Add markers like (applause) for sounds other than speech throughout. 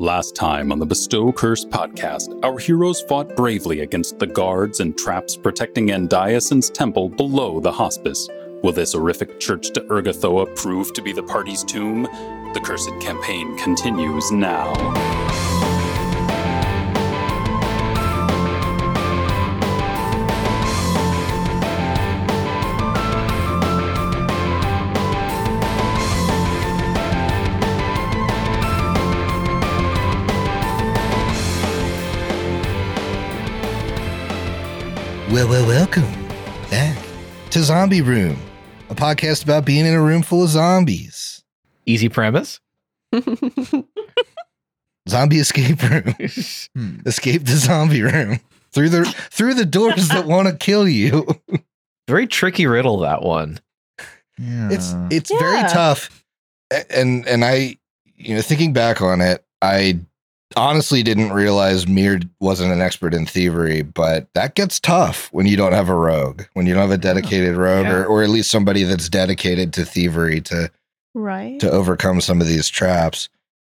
Last time on the Bestow Curse podcast, our heroes fought bravely against the guards and traps protecting Andiosen's temple below the hospice. Will this horrific church to Ergothoa prove to be the party's tomb? The cursed campaign continues now. Well, well, welcome back to Zombie Room, a podcast about being in a room full of zombies. Easy premise. Zombie escape (laughs) room. escape the zombie room through the through the doors that (laughs) want to kill you. Very tricky riddle that one. Yeah. It's Uh. it's very Yeah. tough. A- And and I, you know, thinking back on it, I honestly didn't realize Mir wasn't an expert in thievery, but that gets tough when you don't have a rogue, when you don't have a dedicated rogue, Yeah. or, or at least somebody that's dedicated to thievery to Right. (laughs) to overcome some of these traps.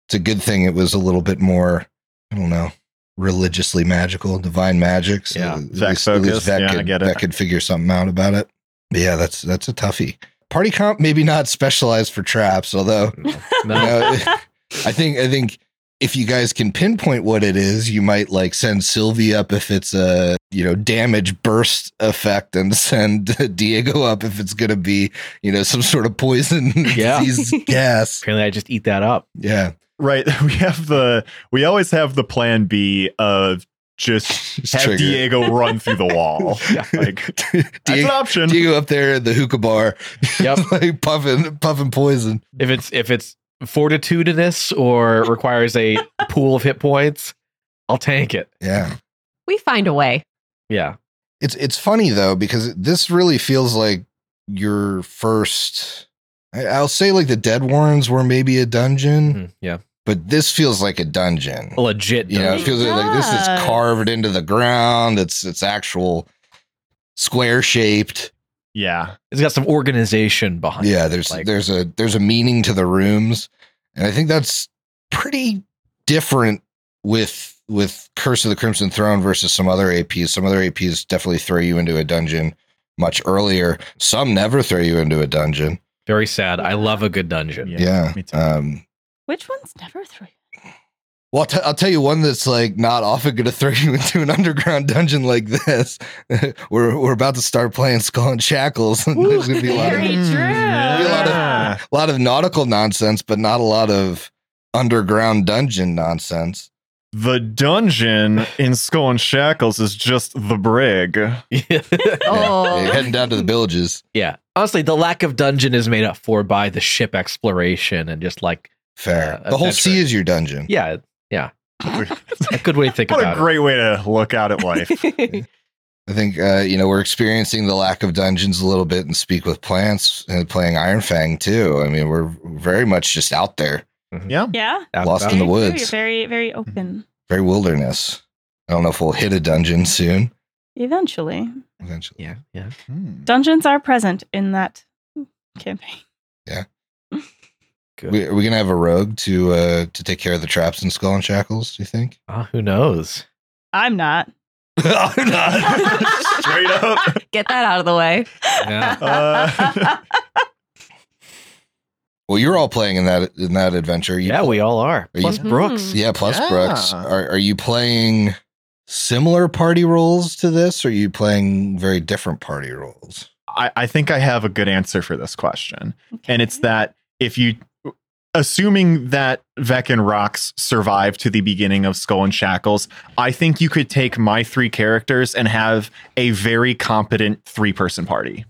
It's a good thing it was a little bit more, I don't know, religiously magical, divine magic. So Yeah. at Zach least- at least focused. Vec Yeah, I could, get it. Vec could figure something out about it. But yeah, that's that's a toughie. Party comp maybe not specialized for traps, although No. you know, I think I think if you guys can pinpoint what it is, you might like send Sylvie up if it's a you know damage burst effect, and (laughs) send Diego up if it's going to be you know some sort of poison (laughs) Yeah. disease gas. Apparently, I just eat that up. Yeah, right. (laughs) We have the we always have the plan B of just Just have trigger. Diego run through the wall. (laughs) Yeah. Like that's Diego, an option. Diego up there at the hookah bar, Yep. (laughs) like puffing puffing poison. if it's if it's fortitudinous or requires a pool of hit points, I'll tank it. Yeah. we find a way. Yeah. It's it's funny though because this really feels like your first. I- I'll say like the Dead Warrens were maybe a dungeon, Mm, Yeah. but this feels like a dungeon. A legit. You know, it It feels like, like this is does. carved into the ground. It's it's actual square shaped. yeah. It's got some organization behind it. Yeah, there's Like- there's a there's a meaning to the rooms, and I think that's pretty different with with Curse of the Crimson Throne versus some other APs. Some other APs definitely throw you into a dungeon much earlier. Some never throw you into a dungeon. Very sad. I love a good dungeon. Yeah. me too. Um, Which one's never through? Well, I'll, t- I'll tell you one that's like not often going to throw you into an underground dungeon like this. (laughs) we're we're about to start playing Skull and Shackles, and there's going to be a lot, of, Very true. Be a lot of- Yeah. a lot of nautical nonsense, but not a lot of underground dungeon nonsense. The dungeon in Skull and Shackles is just the brig. (laughs) (laughs) Yeah, you're Oh, heading down to the villages. yeah. Honestly, the lack of dungeon is made up for by the ship exploration and just like, Fair. Yeah, the whole sea adventure. is your dungeon. yeah, (laughs) a what good way to think a about it. great way to look out at life. I think uh, you know we're experiencing the lack of dungeons a little bit, and speak with plants and playing Iron Fang too. I mean, we're very much just out there, yeah. Out Lost about in it. the Very true. woods. Very, very open. very wilderness. I don't know if we'll hit a dungeon soon. Eventually, Eventually. Yeah. Yeah. (laughs) Hmm. dungeons are present in that campaign. Good. We, are we gonna have a rogue to uh to take care of the traps and skull and shackles? Do you think? Ah, who knows? I'm not. I'm Straight up. (laughs) Get that out of the way. Yeah. (laughs) Uh, Well, you're all playing in that in that adventure. You- Yeah, we all are. you- Plus Brooks. yeah. Plus Yeah. Brooks, are are you playing similar party roles to this? Or are you playing very different party roles? I, I think I have a good answer for this question. Hmm. And it's Okay. that if you, assuming that Vec and Rox survive to the beginning of Skull and Shackles, I think you could take my three characters and have a very competent three person party.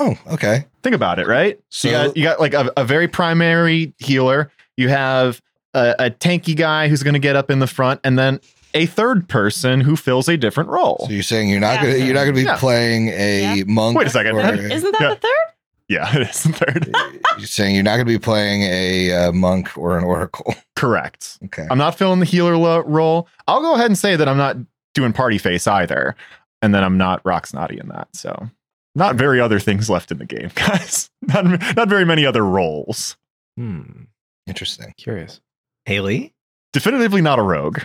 Oh, okay. Think about it, right? So you So- got, you got like a, a very primary healer, you have a, a tanky guy who's going to get up in the front, and then a third person who fills a different role. So you're saying you're not Yeah. gonna you're not gonna be Yeah. playing a Yeah. monk. Wait a second. or a- Isn't that Yeah. the third? Yeah, (laughs) it is a third. (laughs) you're saying you're not gonna be playing a uh, monk or an oracle. (laughs) Correct. Okay. I'm not filling the healer lo- role. I'll go ahead and say that I'm not doing party face either, and then I'm not Rock's naughty in that. So, not very other things left in the game, (laughs) guys. Not not very many other roles. Hmm. Interesting. Curious. Haley? Definitively not a rogue.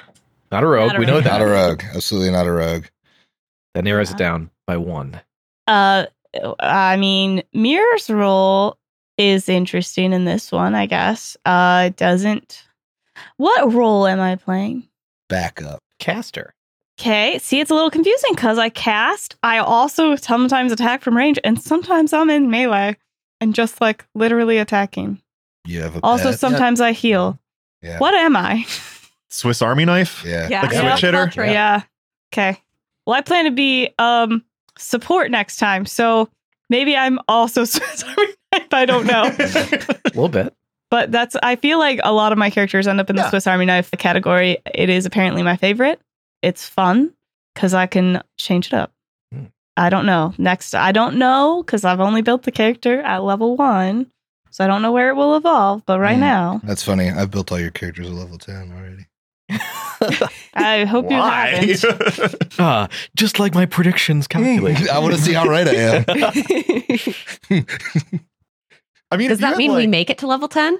Not a rogue. Not a we know rogue. that. Not a rogue. Absolutely not a rogue. That narrows it down by one. Uh, I mean, Mirror's role is interesting in this one, I guess. Uh, it doesn't. What role am I playing? Back up. Caster. Okay, see, it's a little confusing because I cast. I also sometimes attack from range, and sometimes I'm in melee and just like literally attacking. You have a Also, pet? sometimes I heal. Yeah. What am I? Swiss Army knife. Yeah. Yeah. Like Yeah. switch hitter. Yeah. Okay. Well, I plan to be um support next time, so maybe I'm also (laughs) sorry if I Oh, don't (laughs) know. A little (laughs) bit. but that's I feel like a lot of my characters end up in the Yeah. Swiss Army knife category. It is apparently my favorite. It's fun because I can change it up. Hmm. I don't know. Next, I don't know because I've only built the character at level one, so I don't know where it will evolve. But right Hmm. now, That's funny. I've built all your characters at level 10 already. I (laughs) hope you Why? (laughs) haven't. Ah, just like my predictions (laughs) calculated. I want to see how right I am. (laughs) (laughs) (laughs) I mean, Does if you that had, mean we like- make it to level 10?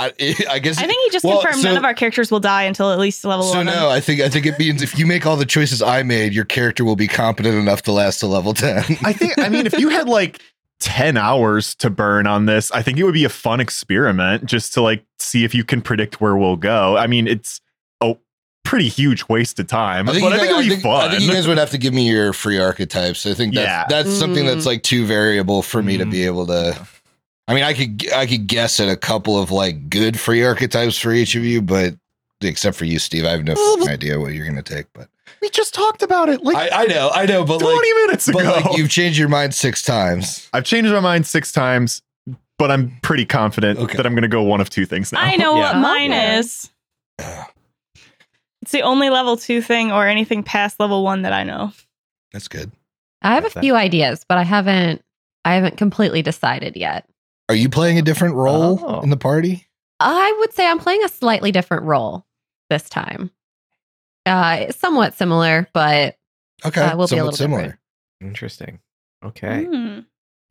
I, I guess. I think he just Well, confirmed so- none of our characters will die until at least level so one. no, I think I think it means if you make all the choices I made, your character will be competent enough to last to level ten. (laughs) I think. I mean, if you had like ten hours to burn on this, I think it would be a fun experiment just to like see if you can predict where we'll go. I mean, it's a pretty huge waste of time, but you I think guys- it would be think- fun. I think you guys would have to give me your free archetypes. I think that's Yeah. that's something Mm. that's like too variable for me to Mm. be able to. I mean, I could I could guess at a couple of like good free archetypes for each of you, but except for you, Steve, I have no fucking idea what you're gonna take. But we just talked about it like I, I know, I know, but twenty like, minutes but ago. like you've changed your mind six (sighs) times. I've changed my mind six times, but I'm pretty confident Okay. that I'm going to go one of two things now. I (laughs) know Yeah. what mine Okay. is. It's the only level two thing or anything past level one that I know. That's good. I have a What's that? few ideas, but I haven't I haven't completely decided yet. Are you playing a different role Oh. in the party? I would say I'm playing a slightly different role this time. Uh it's somewhat similar, but Okay, Uh, we'll be a somewhat little similar. different. Interesting. Okay. Hmm.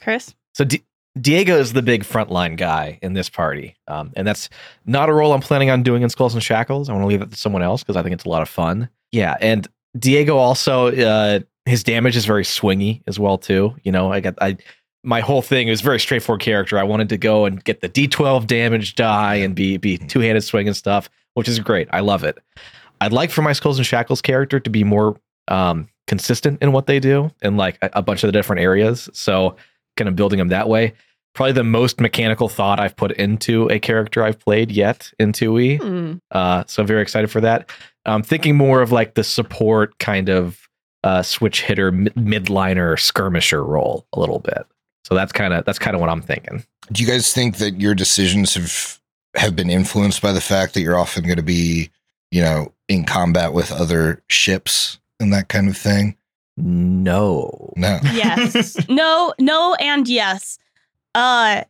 Chris? So Di- Diego is the big frontline guy in this party, um, and that's not a role I'm planning on doing in Skulls and Shackles. I want to leave that to someone else because I think it's a lot of fun. Yeah, and Diego also uh, his damage is very swingy as well too. You know, I got I my whole thing is very straightforward character. I wanted to go and get the D12 damage die and be be two handed swing and stuff, which is great. I love it. I'd like for my Skulls and Shackles character to be more um, consistent in what they do in like a, a bunch of the different areas. So kind of building them that way. Probably the most mechanical thought I've put into a character I've played yet in 2E. hmm, Uh, so I'm very excited for that. I'm thinking more of like the support kind of uh, switch hitter, mid- midliner, skirmisher role a little bit. So that's kind of that's kind of what I'm thinking. Do you guys think that your decisions have have been influenced by the fact that you're often going to be, you know, in combat with other ships and that kind of thing? No. No. yes no no and yes uh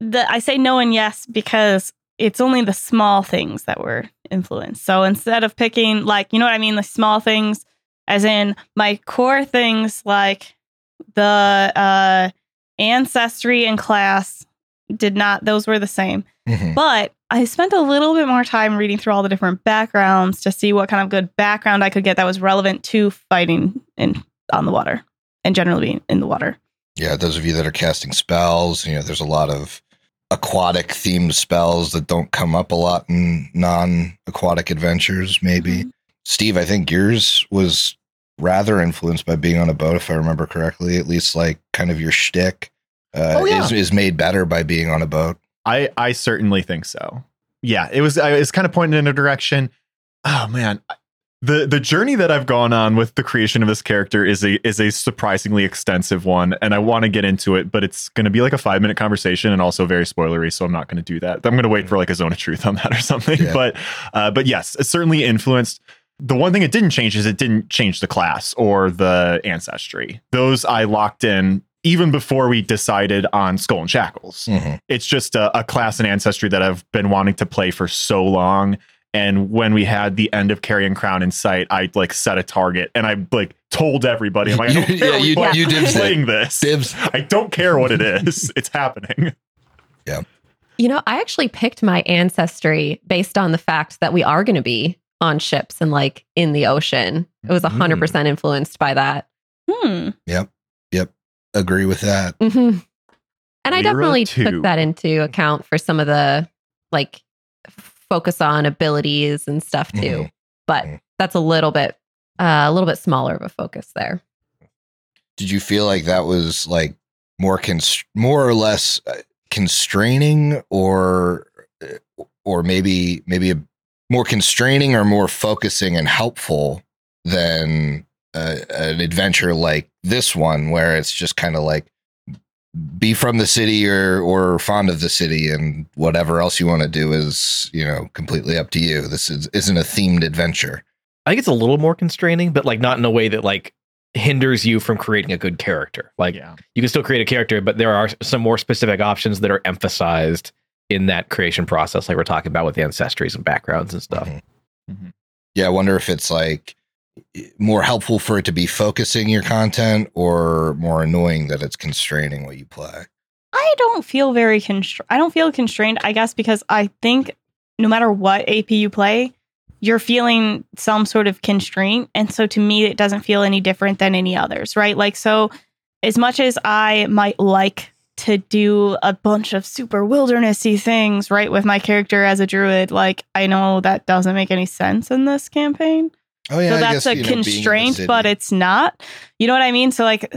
the i say no and yes because it's only the small things that were influenced so instead of picking like you know what i mean the small things as in my core things like the uh ancestry and class did not those were the same Mhm. but I spent a little bit more time reading through all the different backgrounds to see what kind of good background I could get that was relevant to fighting in on the water and generally being in the water. Yeah, those of you that are casting spells, you know, there's a lot of aquatic themed spells that don't come up a lot in non-aquatic adventures maybe. Mm-hmm. Mhm. Steve, I think yours was rather influenced by being on a boat, if I remember correctly. At least, like, kind of your shtick uh, Oh, yeah. is, is made better by being on a boat. I I certainly think so. Yeah, it was. I was kind of pointing in a direction. Oh man, the the journey that I've gone on with the creation of this character is a is a surprisingly extensive one, and I want to get into it, but it's going to be like a five minute conversation and also very spoilery, so I'm not going to do that. I'm going to wait for like a zone of truth on that or something. Yeah. But uh, but yes, it's certainly influenced. The one thing it didn't change is it didn't change the class or the ancestry. Those I locked in even before we decided on Skull and Shackles Mhm. it's just a, a class and ancestry that I've been wanting to play for so long. And when we had the end of Carrion Crown in sight, I like set a target and I like told everybody, I'm like, I don't You- care yeah, what you- class you I'm did say- playing this. Dibs. (laughs) I don't care what it is. It's happening. Yeah. You know, I actually picked my ancestry based on the fact that we are going to be on ships and like in the ocean. It was 100% influenced by that. Hmm. Agree with that. hmm And I Zero definitely two. took that into account for some of the like focus on abilities and stuff too. Mhm. But Mhm. that's a little bit, uh, a little bit smaller of a focus there. Did you feel like that was like more const- more or less uh, constraining, or uh, or maybe maybe a, more constraining or more focusing and helpful than uh an adventure like this one, where it's just kind of like be from the city or or fond of the city and whatever else you want to do is you know completely up to you this is isn't a themed adventure I think it's a little more constraining, but like not in a way that like hinders you from creating a good character. Like yeah. you can still create a character, but there are some more specific options that are emphasized in that creation process, like we're talking about with the ancestries and backgrounds and stuff. Mm-hmm. Mhm. Mhm. Yeah, I wonder if it's like more helpful for it to be focusing your content or more annoying that it's constraining what you play. I don't feel very constrained. I don't feel constrained, I guess, because I think no matter what AP you play, you're feeling some sort of constraint. And so to me, it doesn't feel any different than any others, right? Like, so as much as I might like to do a bunch of super wildernessy things, right, with my character as a druid, like, I know that doesn't make any sense in this campaign Oh yeah, so that's a constraint, but it's not. You know what I mean? So like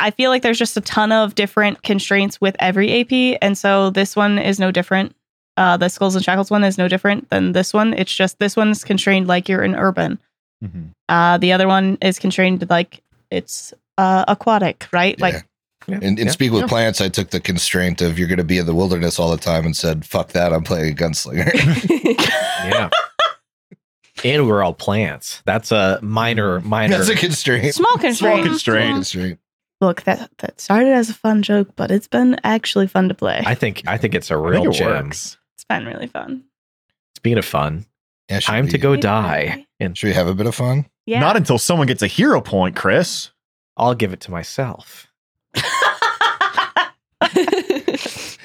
I feel like there's just a ton of different constraints with every AP, and so this one is no different. Uh, the Skulls and Shackles one is no different than this one. It's just this one's constrained like you're in urban. Mhm. Uh, the other one is constrained like it's uh, aquatic, right? Yeah. Like in, in Yeah. Speak with Yeah. Plants, I took the constraint of you're going to be in the wilderness all the time and said, "Fuck that, I'm playing a (laughs) gunslinger." Yeah. and we're all plants. That's a minor, minor. that's a constraint. small constraint. constraint. Constraint. Look, that that started as a fun joke, but it's been actually fun to play. (laughs) I think I think it's a I think real it gem. works. It's been really fun. Speaking of fun, Yeah, should time to we- go Hey, die, buddy. and Should we have a bit of fun? Yeah. Not until someone gets a hero point, Chris. I'll give it to myself. (laughs)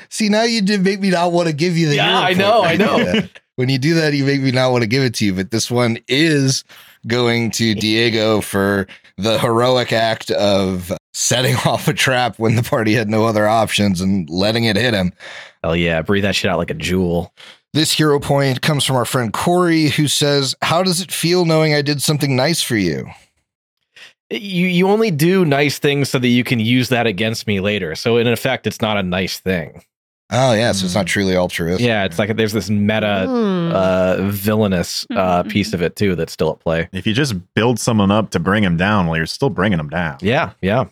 See, now you did make me not want to give you the. Yeah, hero I point know, when I you know. do that. (laughs) When you do that, you make me not want to give it to you. But this one is going to Diego for the heroic act of setting (laughs) off a trap when the party had no other options and letting it hit him. Hell yeah, breathe that shit out like a jewel. This hero point comes from our friend Corey, who says, "How does it feel knowing I did something nice for you?" You you only do nice things so that you can use that against me later. So in effect, it's not a nice thing. Oh yeah, so it's not truly altruistic. Yeah, it's like there's this meta Hmm. uh villainous uh piece of it too that's still at play. If you just build someone up to bring them down, well, you're still bringing them down. Yeah, yeah.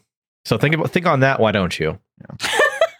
So think about think on that. Why don't you? In- (laughs)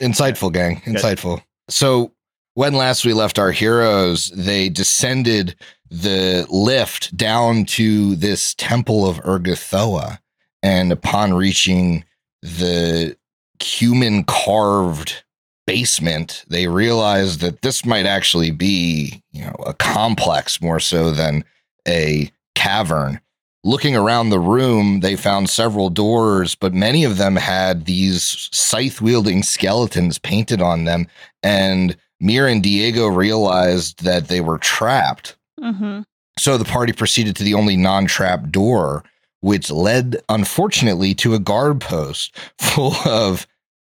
insightful gang insightful so when last we left our heroes they descended the lift down to this temple of ergothoa and upon reaching the human carved basement they realized that this might actually be you know a complex more so than a cavern looking around the room, they found several doors, but many of them had these scythe wielding skeletons painted on them. And Mir and Diego realized that they were trapped. Mhm. So the party proceeded to the only non trap door, which led, unfortunately, to a guard post (laughs) full of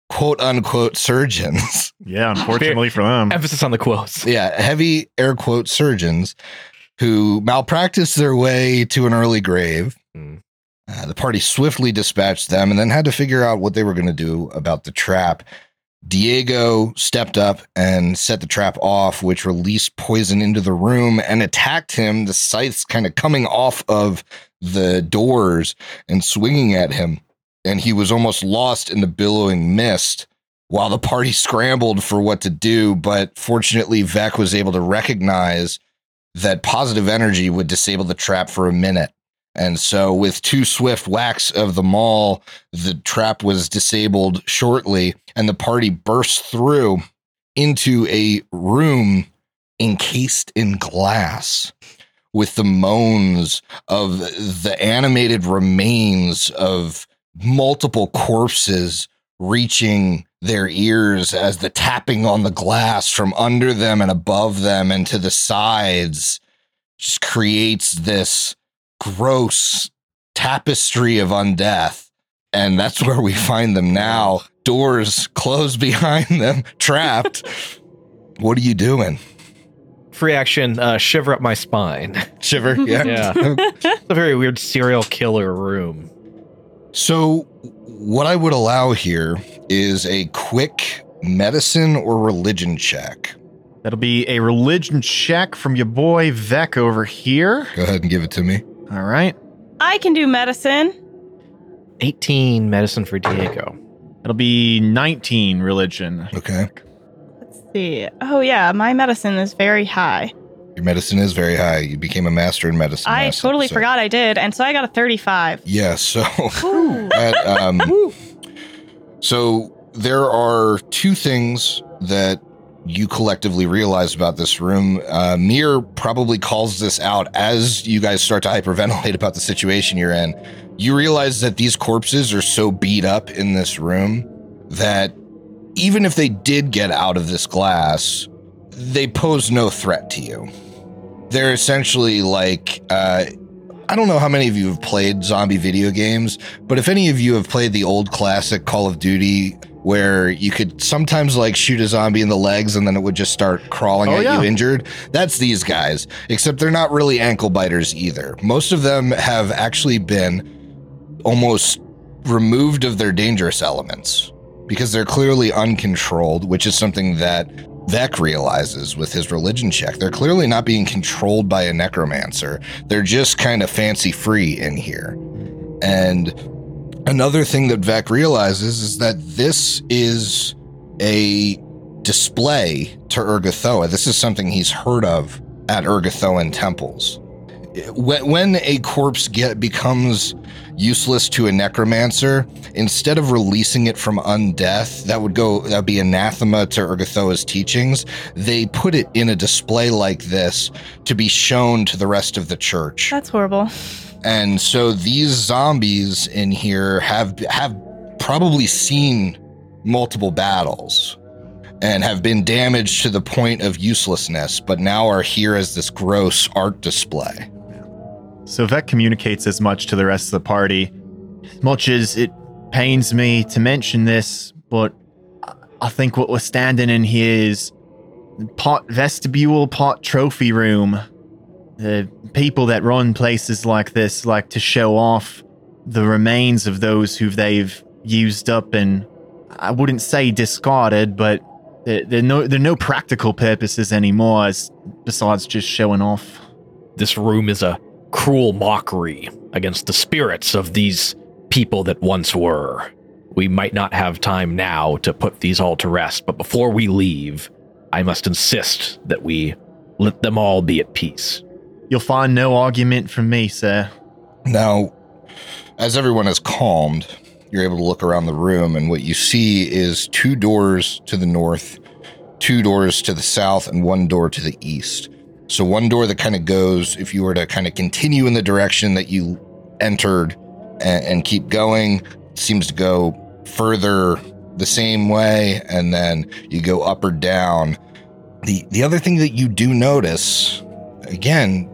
quote unquote surgeons. Yeah, unfortunately for them. Emphasis on the (laughs) quotes. yeah, heavy air quote surgeons who malpracticed their way to an early grave. Mm. Uh, the party swiftly dispatched them and then had to figure out what they were going to do about the trap. Diego stepped up and set the trap off, which released poison into the room and attacked him, the scythes kind of coming off of the doors and swinging at him. And he was almost lost in the billowing mist while the party scrambled for what to do. But fortunately, Vec was able to recognize that positive energy would disable the trap for a minute. And so, with two swift whacks of the maul, the trap was disabled shortly, and the party burst through into a room encased in glass with the moans of the animated remains of multiple corpses reaching their ears as the tapping on the glass from under them and above them and to the sides just creates this gross tapestry of undeath. And that's (laughs) where we find them now. Doors closed behind them, (laughs) trapped. what are you doing? Free action, uh, shiver up my spine. Shiver. Yeah. it's a very weird serial killer room. (laughs) So, what I would allow here is a quick medicine or religion check. That'll be a religion check from your boy Vec over here. Go ahead and give it to me. All right. I can do medicine. 18 medicine for Diego. It'll be 19 religion. Okay. Let's see. Oh yeah, my medicine is very high. Your medicine is very high. You became a master in medicine. I last totally episode. forgot I did, and so I got a thirty-five. Yeah. So, (laughs) that, um, so there are two things that you collectively realize about this room. Uh, Mir probably calls this out as you guys start to hyperventilate about the situation you're in. You realize that these corpses are so beat up in this room that even if they did get out of this glass, they pose no threat to you. They're essentially like uh, I don't know how many of you have played zombie video games, but if any of you have played the old classic Call of Duty where you could sometimes like shoot a zombie in the legs and then it would just start crawling Oh, at yeah. you injured, that's these guys, except they're not really ankle biters either. Most of them have actually been almost removed of their dangerous elements because they're clearly uncontrolled, which is something that Vec realizes with his religion check. They're clearly not being controlled by a necromancer they're just kind of fancy free in here. And another thing that Vec realizes is that this is a display to Ergothoa. This is something he's heard of at Ergothoan temples. When when a corpse get becomes useless to a necromancer, instead of releasing it from undeath, that would go that would be anathema to Ergothoa's teachings. They put it in a display like this to be shown to the rest of the church. That's horrible. And so these zombies in here have have probably seen multiple battles and have been damaged to the point of uselessness, but now are here as this gross art display. So Vec communicates as much to the rest of the party. As much as it pains me to mention this, but I- I think what we're standing in here is part vestibule, part trophy room. The people that run places like this like to show off the remains of those who they've used up and I wouldn't say discarded, but there there are no, there are no practical purposes anymore as, besides just showing off. This room is a cruel mockery against the spirits of these people that once were. We might not have time now to put these all to rest, but before we leave, I must insist that we let them all be at peace. You'll find no argument from me, sir. Now, as everyone is calmed, you're able to look around the room, and what you see is two doors to the north, two doors to the south, and one door to the east. So, one door that kind of goes, if you were to kind of continue in the direction that you entered and, and keep going, seems to go further the same way, and then you go up or down. The, the other thing that you do notice, again,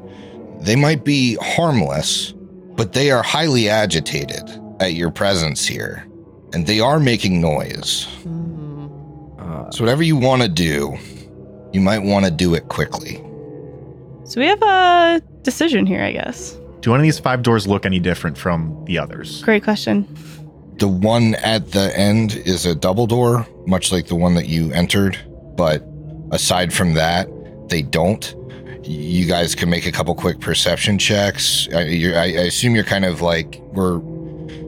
they might be harmless, but they are highly agitated at your presence here, and they are making noise. Mm. Uh, So, whatever you want to do, you might want to do it quickly. So we have a decision here, I guess. Do one of these five doors look any different from the others? Great question. The one at the end is a double door, much like the one that you entered, but aside from that, they don't. You guys can make a couple quick perception checks. I, you I, I assume you're kind of like, we're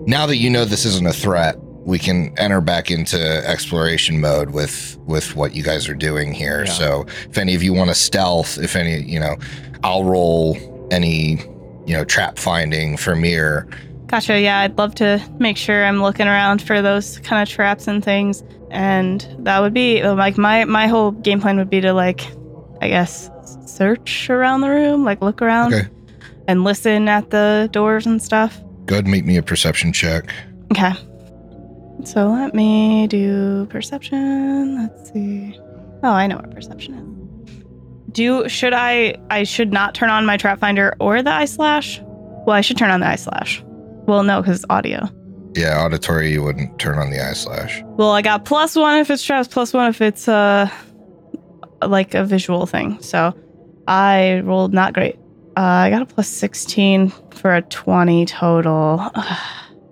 now that you know this isn't a threat, we can enter back into exploration mode with with what you guys are doing here. Yeah. So if any of you want to stealth, if any, you know, I'll roll any, you know, trap finding for mirror. Gotcha. Yeah, I'd love to make sure I'm looking around for those kind of traps and things. And that would be uh, like my my whole game plan would be to like, I guess, search around the room, like look around, Okay. and listen at the doors and stuff. Go ahead and make me a perception check. Okay. So let me do perception. Let's see. Oh, I know what perception is. Do should I? I should not turn on my trap finder or the eye slash. Well, I should turn on the eye slash. Well, no, because it's audio. Yeah, auditory, you wouldn't turn on the eye slash. Well, I got plus one if it's traps, plus one if it's uh like a visual thing. So I rolled not great. Uh, I got a plus sixteen for a twenty total.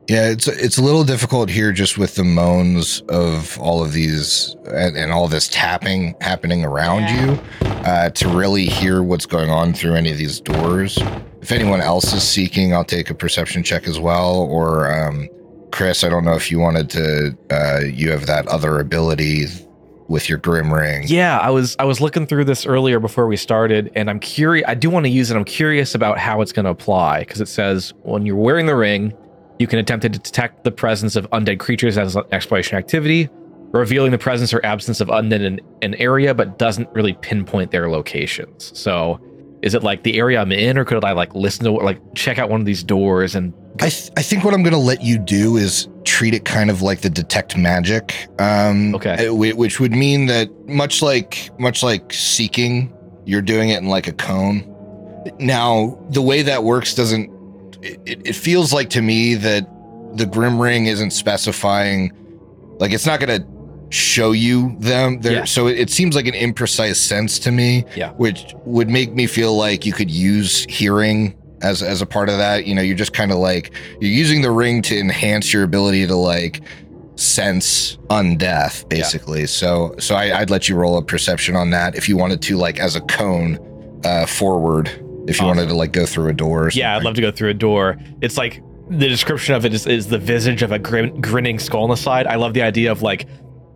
Yeah, it's it's a little difficult here just with the moans of all of these and, and all this tapping happening around Yeah. you uh, to really hear what's going on through any of these doors. If anyone else is seeking, I'll take a perception check as well. Or um, Chris, I don't know if you wanted to. Uh, you have that other ability with your grim ring. Yeah, I was I was looking through this earlier before we started, and I'm curious. I do want to use it. I'm curious about how it's going to apply because it says when you're wearing the ring, you can attempt to detect the presence of undead creatures as an exploration activity, revealing the presence or absence of undead in an area, but doesn't really pinpoint their locations. So, is it like the area I'm in, or could I like listen to like check out one of these doors and I, th- I think what I'm going to let you do is treat it kind of like the detect magic. Um, Okay. uh, whi- Which would mean that much like much like seeking, you're doing it in like a cone. Now the way that works doesn't. It, it- it feels like to me that the grim ring isn't specifying, like it's not going to show you them there Yeah. so it, it seems like an imprecise sense to me Yeah. which would make me feel like you could use hearing as as a part of that you know you're just kind of like you're using the ring to enhance your ability to like sense undeath basically so so I, i'd let you roll a perception on that if you wanted to like as a cone uh forward if you wanted to like go through a door or Yeah, I'd something. love to go through a door. It's like the description of it is, is the visage of a grin, grinning skull on the side. I love the idea of like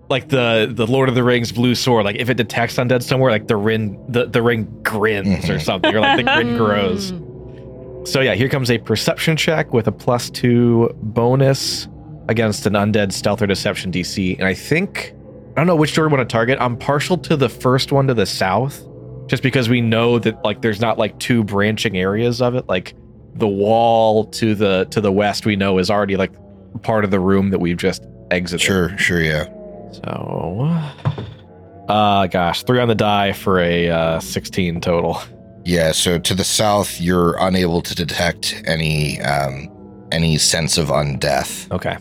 like the the Lord of the Rings blue sword. Like if it detects undead somewhere, like the ring the, the ring grins or Mhm. something, or like the (laughs) grin grows. Mm. So yeah, here comes a perception check with a plus two bonus against an undead stealth or deception DC. And I think I don't know which door we want to target. I'm partial to the first one to the south, just because we know that like there's not like two branching areas of it. Like the wall to the to the west we know is already like part of the room that we've just exited. sure sure yeah So uh gosh, three on the die for a uh, 16 total. Yeah, so to the south, you're unable to detect any um, any sense of undeath. Okay.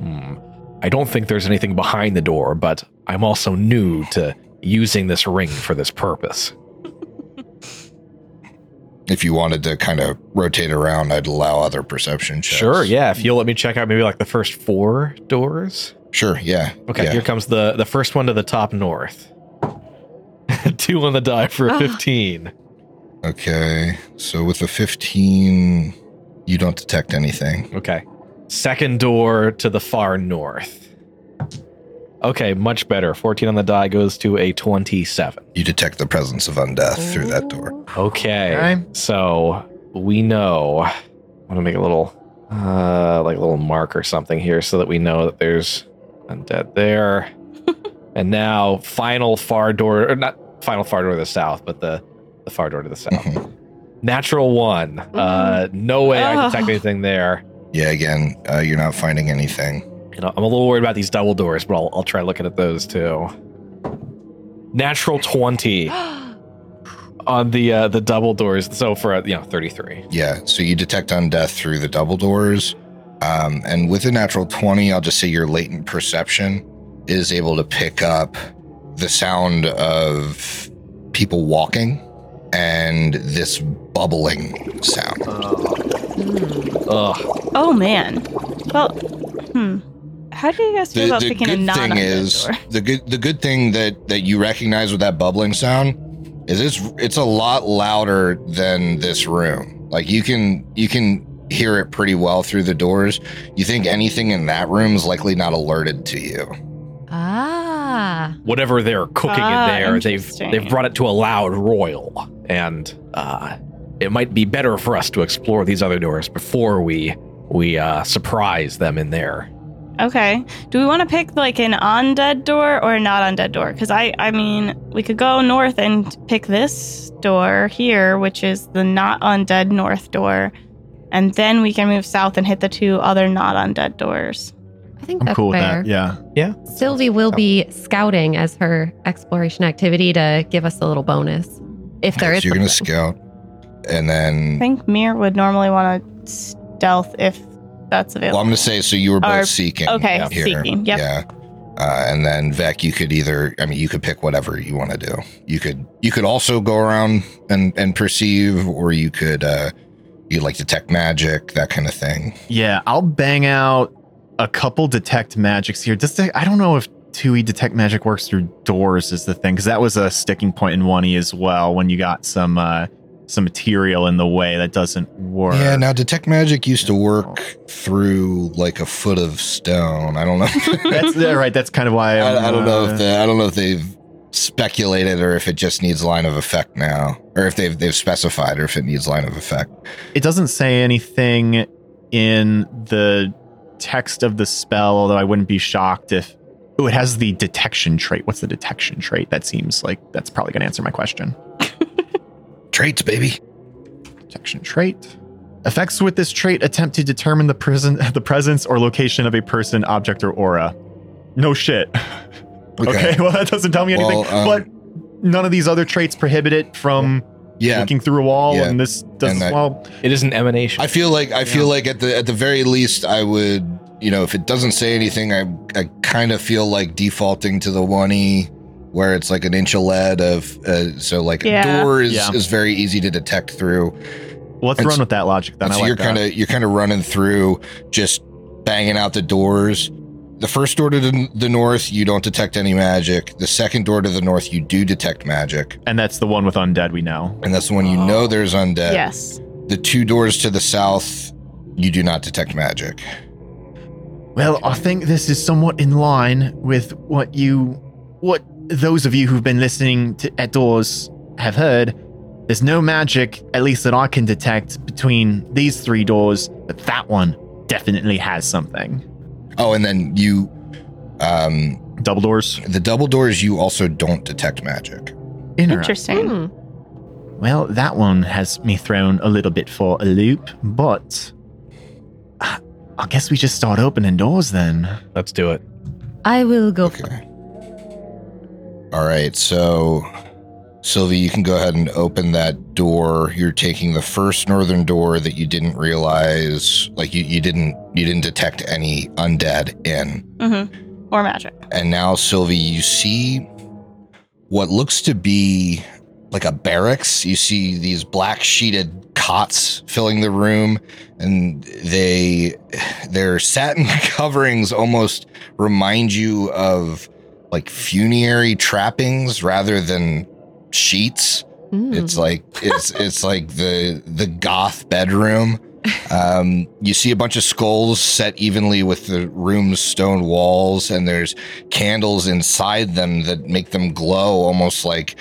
Hmm. I don't think there's anything behind the door, but I'm also new to using this ring for this purpose. If you wanted to kind of rotate around, I'd allow other perception checks. Sure, yeah. If you'll let me check out maybe like the first four doors. Sure, yeah. Okay, yeah. here comes the the first one to the top north. (laughs) Two on the die for a Ah. 15. Okay, so with a 15, you don't detect anything. Okay. Second door to the far north. Okay, much better. 14 on the die goes to a 27. You detect the presence of undeath through that door. Okay. Okay. So we know. I want to make a little, uh, like a little mark or something here so that we know that there's undead there. and now, final far door, or not final far door to the south, but the, the far door to the south. Mhm. Natural one. Uh, no way I Ugh. detect anything there. Yeah, again, uh, you're not finding anything. You know, I'm a little worried about these double doors, but I'll, I'll try looking at those too. Natural 20 on the uh, the double doors. So for, uh, you know, 33. Yeah, so you detect undeath through the double doors. Um, and with a natural 20, I'll just say your latent perception is able to pick up the sound of people walking and this bubbling sound. Mm. Ugh. oh man. Well, hmm. How do you guys feel about picking a non undead door? (laughs) the good the good thing that that you recognize with that bubbling sound is it's it's a lot louder than this room. Like you can you can hear it pretty well through the doors. You think anything in that room is likely not alerted to you. (gasps) Ah. whatever they're cooking Ah, in there, they've interesting. they've brought it to a loud roil, and uh, it might be better for us to explore these other doors before we we uh, surprise them in there. Okay. Do we want to pick like an undead door or a not undead door? Because I, I mean, we could go north and pick this door here, which is the not undead north door, and then we can move south and hit the two other not undead doors. I think I'm that's cool with fair. that. Yeah. Sylvie will be scouting as her exploration activity to give us a little bonus if there is. you're gonna something. scout, and I then think Mir would normally want to stealth if that's well, I'm available. gonna say so. You were both Or- seeking. okay, here. seeking, yep. Yeah. Uh, and then Vec, you could either. I mean, you could pick whatever you want to do. You could. You could also go around and and perceive, or you could. uh You like detect magic, that kind of thing. Yeah, I'll bang out a couple detect magics here. Just to- I don't know if 2e detect magic works through doors is the thing cuz that was a sticking point in 1e as well when you got some uh some material in the way that doesn't work. Yeah. Now, detect magic used to work through like a foot of stone. I don't know. (laughs) that's yeah, right. That's kind of why I, I don't know uh, if the, I don't know if they've speculated or if it just needs line of effect now, or if they've they've specified or if it needs line of effect. it doesn't say anything in the text of the spell, although I wouldn't be shocked if Oh, it has the detection trait. What's the detection trait? That seems like that's probably going to answer my question. Traits, baby. Detection trait. Effects with this trait attempt to determine the prison, (laughs) the presence or location of a person, object, or aura. No shit. Okay, (laughs) well that doesn't tell me anything. Well, um, but none of these other traits prohibit it from Yeah. looking through a wall, Yeah. and this doesn't. And I- well, It is an emanation. I feel like I feel like at the at the very least I would you know if it doesn't say anything I I kind of feel like defaulting to the one e where it's like an inch of lead of uh, so like Yeah. a door is, Yeah. is very easy to detect through let's And run so- with that logic then. And I so like you're that. kind of you're kind of running through, just banging out the doors. The first door to the, the north, you don't detect any magic. The second door to the north, you do detect magic, and that's the one with undead. We know. and that's the one you know there's undead. Yes. The two doors to the south, you do not detect magic. Well, I think this is somewhat in line with what you, what those of you who've been listening to, at doors have heard. There's no magic, at least that I can detect, between these three doors, but that one definitely has something. Oh, and then you, um, Double doors. the double doors, you also don't detect magic. Interesting. Hmm. Well, that one has me thrown a little bit for a loop, but I I guess we just start opening doors then. Let's do it. I will go. Okay. All right. So, Sylvie, you can go ahead and open that door. You're taking the first northern door that you didn't realize, like you, you didn't you didn't detect any undead in. Mm-hmm. Or magic. And now, Sylvie, you see what looks to be like a barracks. You see these black sheeted cots filling the room, and they their satin (laughs) coverings almost remind you of like funerary trappings rather than sheets. Hmm. It's like it's it's like the the goth bedroom. Um, you see a bunch of skulls set evenly with the room's stone walls, and there's candles inside them that make them glow almost like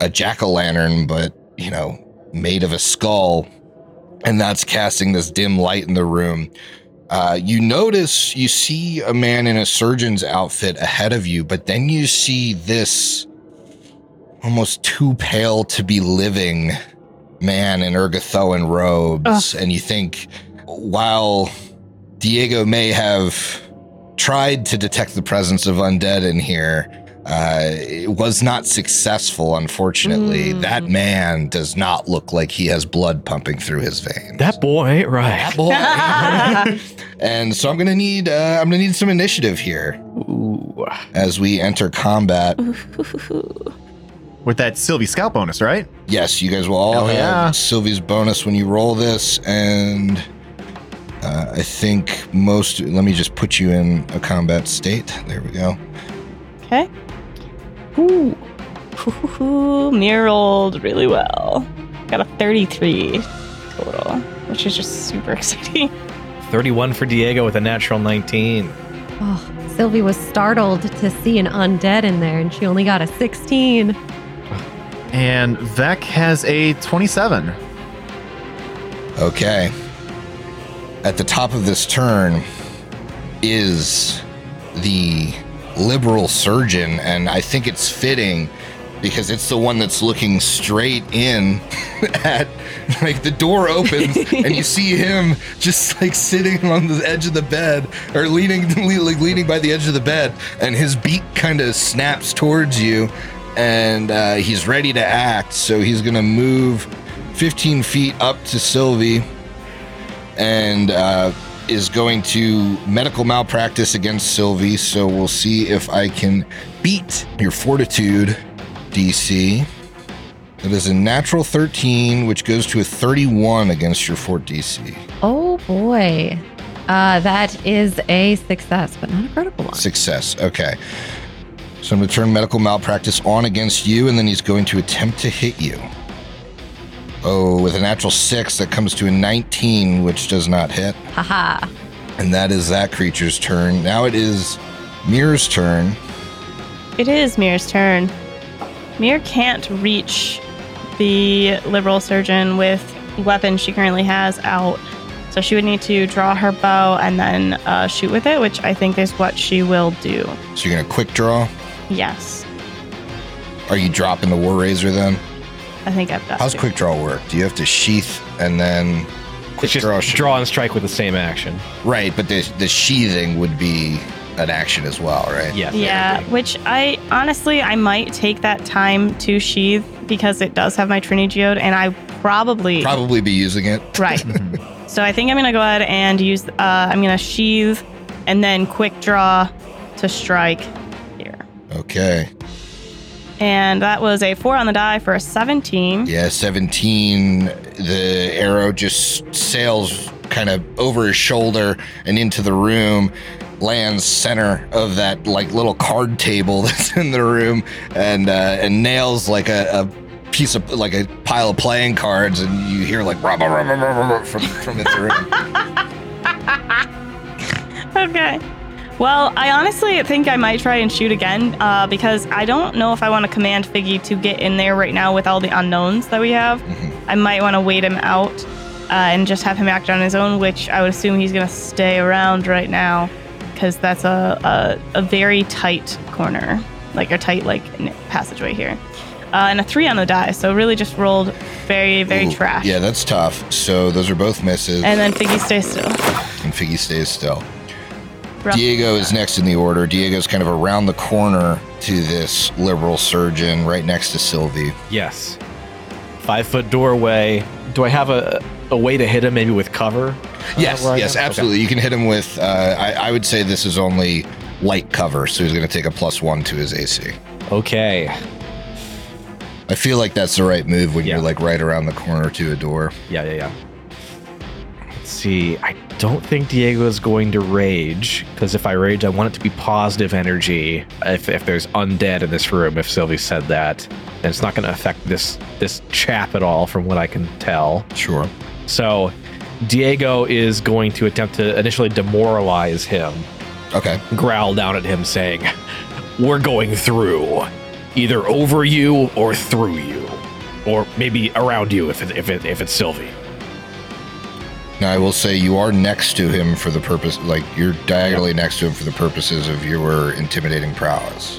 a jack o' lantern, but you know, made of a skull. And that's casting this dim light in the room. Uh, you notice you see a man in a surgeon's outfit ahead of you, but then you see this almost too pale to be living man in ergothoan robes, and you think, while Diego may have tried to detect the presence of undead in here, uh, it was not successful. Unfortunately, Mm. that man does not look like he has blood pumping through his veins. That boy ain't right. That (laughs) boy. and so I'm gonna need uh, I'm gonna need some initiative here Ooh. as we enter combat. With that Sylvie scout bonus, right? Yes, you guys will all Hell have yeah. Sylvie's bonus when you roll this, and uh, I think most. Let me just put you in a combat state. There we go. Okay. Ooh. (laughs) Mir rolled really well. Got a 33 total, which is just super (laughs) exciting. 31 for Diego with a natural 19. Oh, Sylvie was startled to see an undead in there, and she only got a 16. And Vec has a 27. Okay. At the top of this turn is the liberal surgeon, and I think it's fitting because it's the one that's looking straight in (laughs) at like the door opens and you see him just like sitting on the edge of the bed or leaning (laughs) like leaning by the edge of the bed and his beak kind of snaps towards you and uh, he's ready to act so he's gonna move 15 feet up to sylvie and uh, is going to medical malpractice against Sylvie. So we'll see if I can beat your fortitude DC. That is a natural 13, which goes to a 31 against your fort DC. Oh boy. Uh, that is a success, but not a critical one. Success. Okay. So I'm going to turn medical malpractice on against you, and then he's going to attempt to hit you. Oh, with a natural six, that comes to a 19, which does not hit. Haha. And that is that creature's turn. Now it is Mirror's turn. It is Mir's turn. Mir can't reach the liberal surgeon with weapon she currently has out, so she would need to draw her bow and then uh, shoot with it, which I think is what she will do. So you're going to quick draw. Yes, Are you dropping the War Razor then? I think I've got. How's to. quick draw work? Do you have to sheath and then quick It's just draw? draw, sh- and strike with the same action. Right, but the, the sheathing would be an action as well, right? Yeah. Yeah, theoretically. which I honestly I might take that time to sheathe because it does have my Trini Geode, and I probably Probably be using it. right. so I think I'm gonna go ahead and use. Uh, I'm gonna sheathe and then quick draw to strike here, Okay. and that was a four on the die for a 17. Yeah, 17. The arrow just sails kind of over his shoulder and into the room, lands center of that like little card table (laughs) that's in the room, and uh, and nails like a, a piece of like a pile of playing cards, and you hear like "Rah, rah, rah, rah, rah, rah," from from the room. Okay. Well, I honestly think I might try and shoot again uh, because I don't know if I want to command Figgy to get in there right now with all the unknowns that (laughs) we have. Mhm. I might want to wait him out uh, and just have him act on his own, which I would assume he's going to stay around right now because that's a, a, a very tight corner, like a tight like n- passageway here. Uh, and a three on the die, so really just rolled very, (laughs) very Ooh, trash. Yeah, that's tough. So those are both misses, and, and then Figgy stays still. Figgy stays still. Rough. Diego is next in the order. Diego's kind of around the corner to this liberal surgeon, right next to Sylvie. Yes. Five foot doorway. Do I have a, a way to hit him maybe with cover? Yes, where I yes, am? Okay. absolutely. You can hit him with. Uh, I, I would say this is only light cover, so he's going to take a plus one to his AC. Okay. I feel like that's the right move when Yeah. you're like right around the corner to a door. Yeah, yeah, yeah. Let's see. I don't think Diego is going to rage because if I rage, I want it to be positive energy. If, if there's undead in this room, if Sylvie said that, then it's not going to affect this this chap at all, from what I can tell. Sure. So, Diego is going to attempt to initially demoralize him, Okay. growl down at him, saying, "We're going through, either over you or through you, or maybe around you if it, if it, if it's Sylvie." Now I will say you are next to him for the purpose, like you're diagonally next to him for the purposes of your intimidating prowess.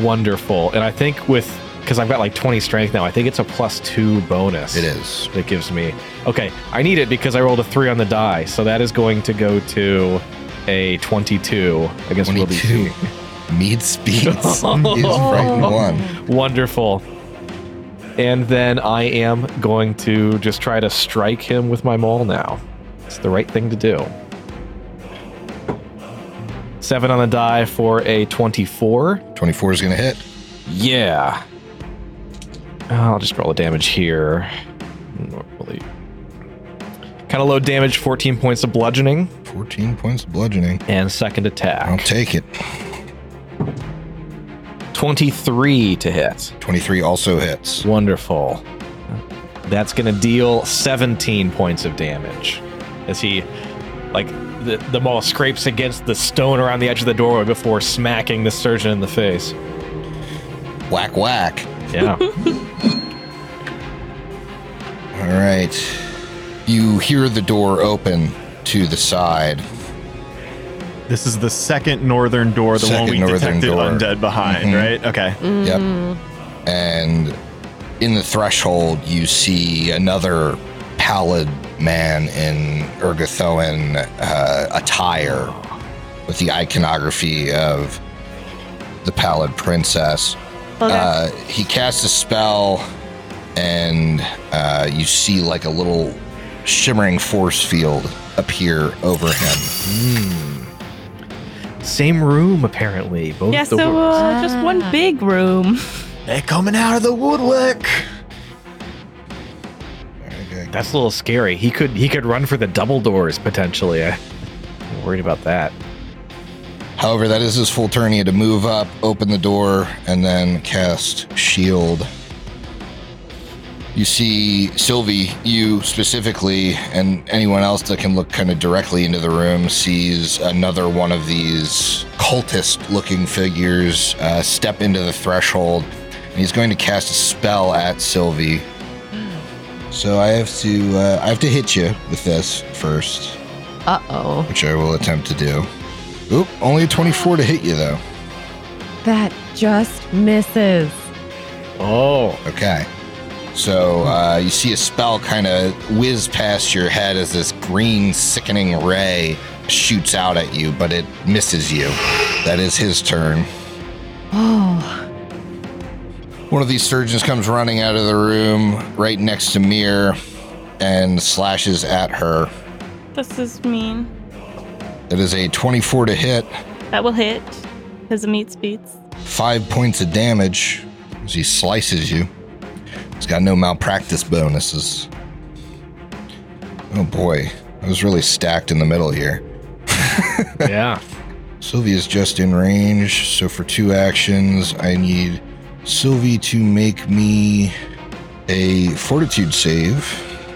wonderful. And I think with because I've got like 20 strength now, I think it's a plus two bonus. It is. That gives me. Okay, I need it because I rolled a three on the die, so that is going to go to a 22 against Will 22. DC. Meets beats. He's frightened one. (laughs) Wonderful. And then I am going to just try to strike him with my maul now. It's the right thing to do. Seven on the die for a 24. 24 is going to hit. Yeah. I'll just roll the damage here. Normally. Kind of low damage, 14 points of bludgeoning, 14 points of bludgeoning. and second I'll attack. take it. 23 to hit. 23 also hits. Wonderful. That's going to deal 17 points of damage. As he, like, the, the maul scrapes against the stone around the edge of the doorway before smacking the surgeon in the face. Whack, whack. Yeah. All right. You hear the door open to the side. This is the second northern door, the Second one we northern detected door. undead behind, Mhm. right? Okay. Yep. and in the threshold you see another pallid man in Ergothoan uh, attire with the iconography of the pallid princess. Okay. Uh, he casts a spell, and uh, you see like a little shimmering force field appear over him. Same room, apparently. Both yeah, the so rooms. uh, just one big room. They're coming out of the woodwork. That's a little scary. He could he could run for the double doors potentially. I'm worried about that. However, that is his full turn. He had to move up, open the door, and then cast shield. You see, Sylvie, you specifically, and anyone else that can look kind of directly into the room, sees another one of these cultist looking figures uh, step into the threshold. And he's going to cast a spell at Sylvie. So I have to, uh, I have to hit you with this first Uh oh. which I will attempt to do. Oop, only a 24 to hit you though. That just misses. Oh, Okay. So uh, you see a spell kind of whiz past your head as this green, sickening ray shoots out at you, but it misses you. That is his turn. Oh. One of these surgeons comes running out of the room right next to Mir and slashes at her. This is mean. That is a 24 to hit, That will hit because of meat speeds. five points of damage as he slices you. He's got no malpractice bonuses. Oh boy, I was really stacked in the middle here. (laughs) yeah. Sylvia's just in range, so for two actions, I need Sylvie to make me a fortitude save.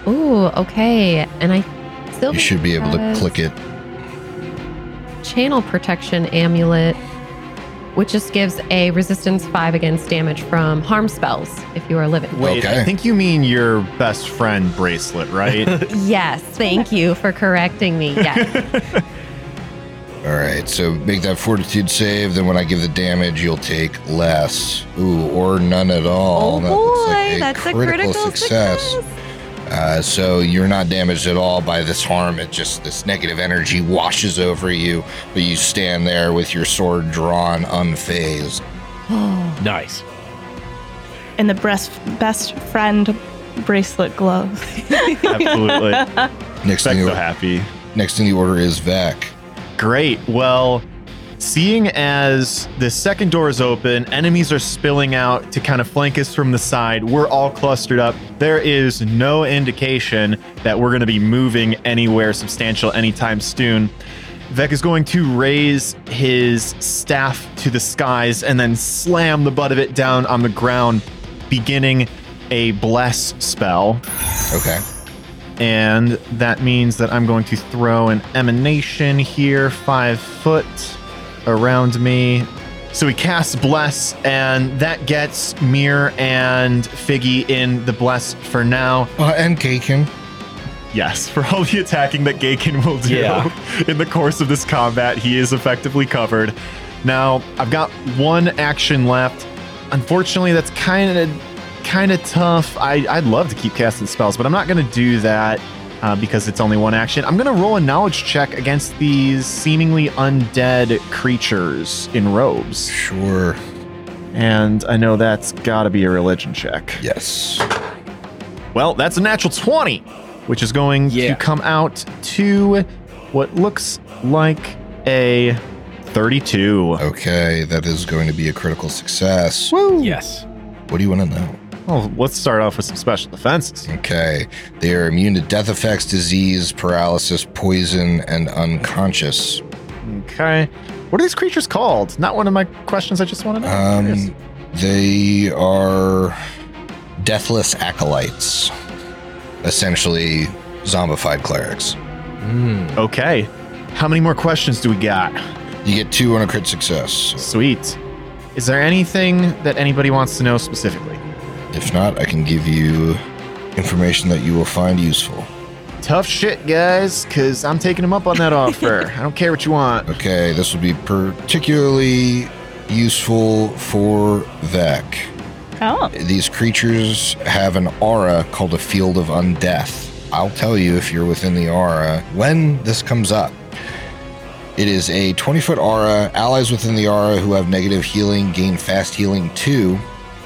Ooh. Okay. And I. Sylvie You should be able to has click it. Channel protection amulet, which just gives a resistance five against damage from harm spells if you are living. Wait, Okay. I think you mean your best friend bracelet, right? Yes. Thank you for correcting me. Yes. All right, so make that fortitude save. Then when I give the damage, you'll take less, ooh, or none at all. That looks like Uh, so you're not damaged at all by this harm. It just this negative energy washes over you, but you stand there with your sword drawn, unfazed. Nice. And the breast, best friend bracelet glows. Absolutely. Next Back thing, so happy. next in the order is Vec. Great. Well, seeing as the second door is open, enemies are spilling out to kind of flank us from the side. We're all clustered up. There is no indication that we're going to be moving anywhere substantial anytime soon. Vec is going to raise his staff to the skies and then slam the butt of it down on the ground, beginning a bless spell. Okay, And that means that I'm going to throw an emanation here, five foot around me. So he casts Bless, and that gets Mir and Figgy in the Bless for now. uh, and Kaken. Yes, for all the attacking that Gaken will do Yeah. in the course of this combat, he is effectively covered. Now, I've got one action left. Unfortunately, that's kind of kind of tough. I, I'd love to keep casting spells, but I'm not going to do that uh, because it's only one action. I'm going to roll a knowledge check against these seemingly undead creatures in robes, Sure. and I know that's got to be a religion check. Yes. Well, that's a natural 20, which is going Yeah. to come out to what looks like a 32. Okay, that is going to be a critical success. Yes. What do you want to know? Well, let's start off with some special defenses. Okay, they are immune to death effects, disease, paralysis, poison, and unconscious. Okay. What are these creatures called? Not one of my questions I just want to know. I'm curious. Um, they are deathless acolytes, essentially zombified clerics. Mm. okay. How many more questions do we got? You get two on a crit success. Sweet. Is there anything that anybody wants to know specifically? If not, I can give you information that you will find useful. Tough shit, guys, because I'm taking them up on that offer. I don't care what you want. Okay, this will be particularly useful for Vec. Oh. These creatures have an aura called a field of undeath. I'll tell you if you're within the aura when this comes up. It is a 20 foot aura. Allies within the aura who have negative healing gain fast healing 2.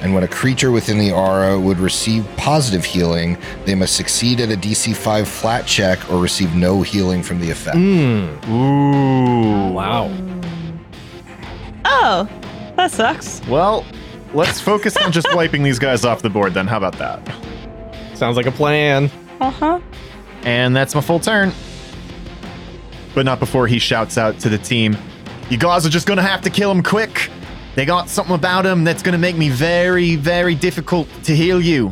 And when a creature within the aura would receive positive healing, they must succeed at a DC 5 flat check or receive no healing from the effect. Mm. Ooh. Wow. Oh, that sucks. Well, (laughs) let's focus on just wiping these guys off the board then. How about that? Sounds like a plan. Uh huh. And that's my full turn. But not before he shouts out to the team You guys are just gonna have to kill him quick. They got something about him that's gonna make me very, very difficult to heal you.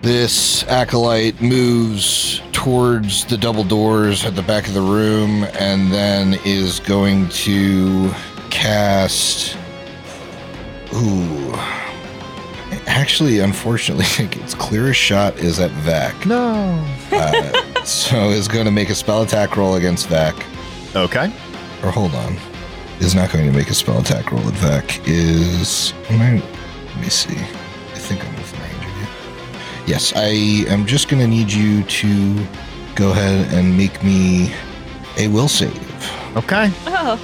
This acolyte moves towards the double doors at the back of the room and then is going to cast. Ooh. Actually, unfortunately, (laughs) its clearest shot is at Vac. No. Uh, so is going to make a spell attack roll against Vac. Okay. Or hold on. Is not going to make a spell attack roll at Vac. Is. am I- let me see. I think I'm within range of you. Yes, I am just going to need you to go ahead and make me a will save. Okay. Oh,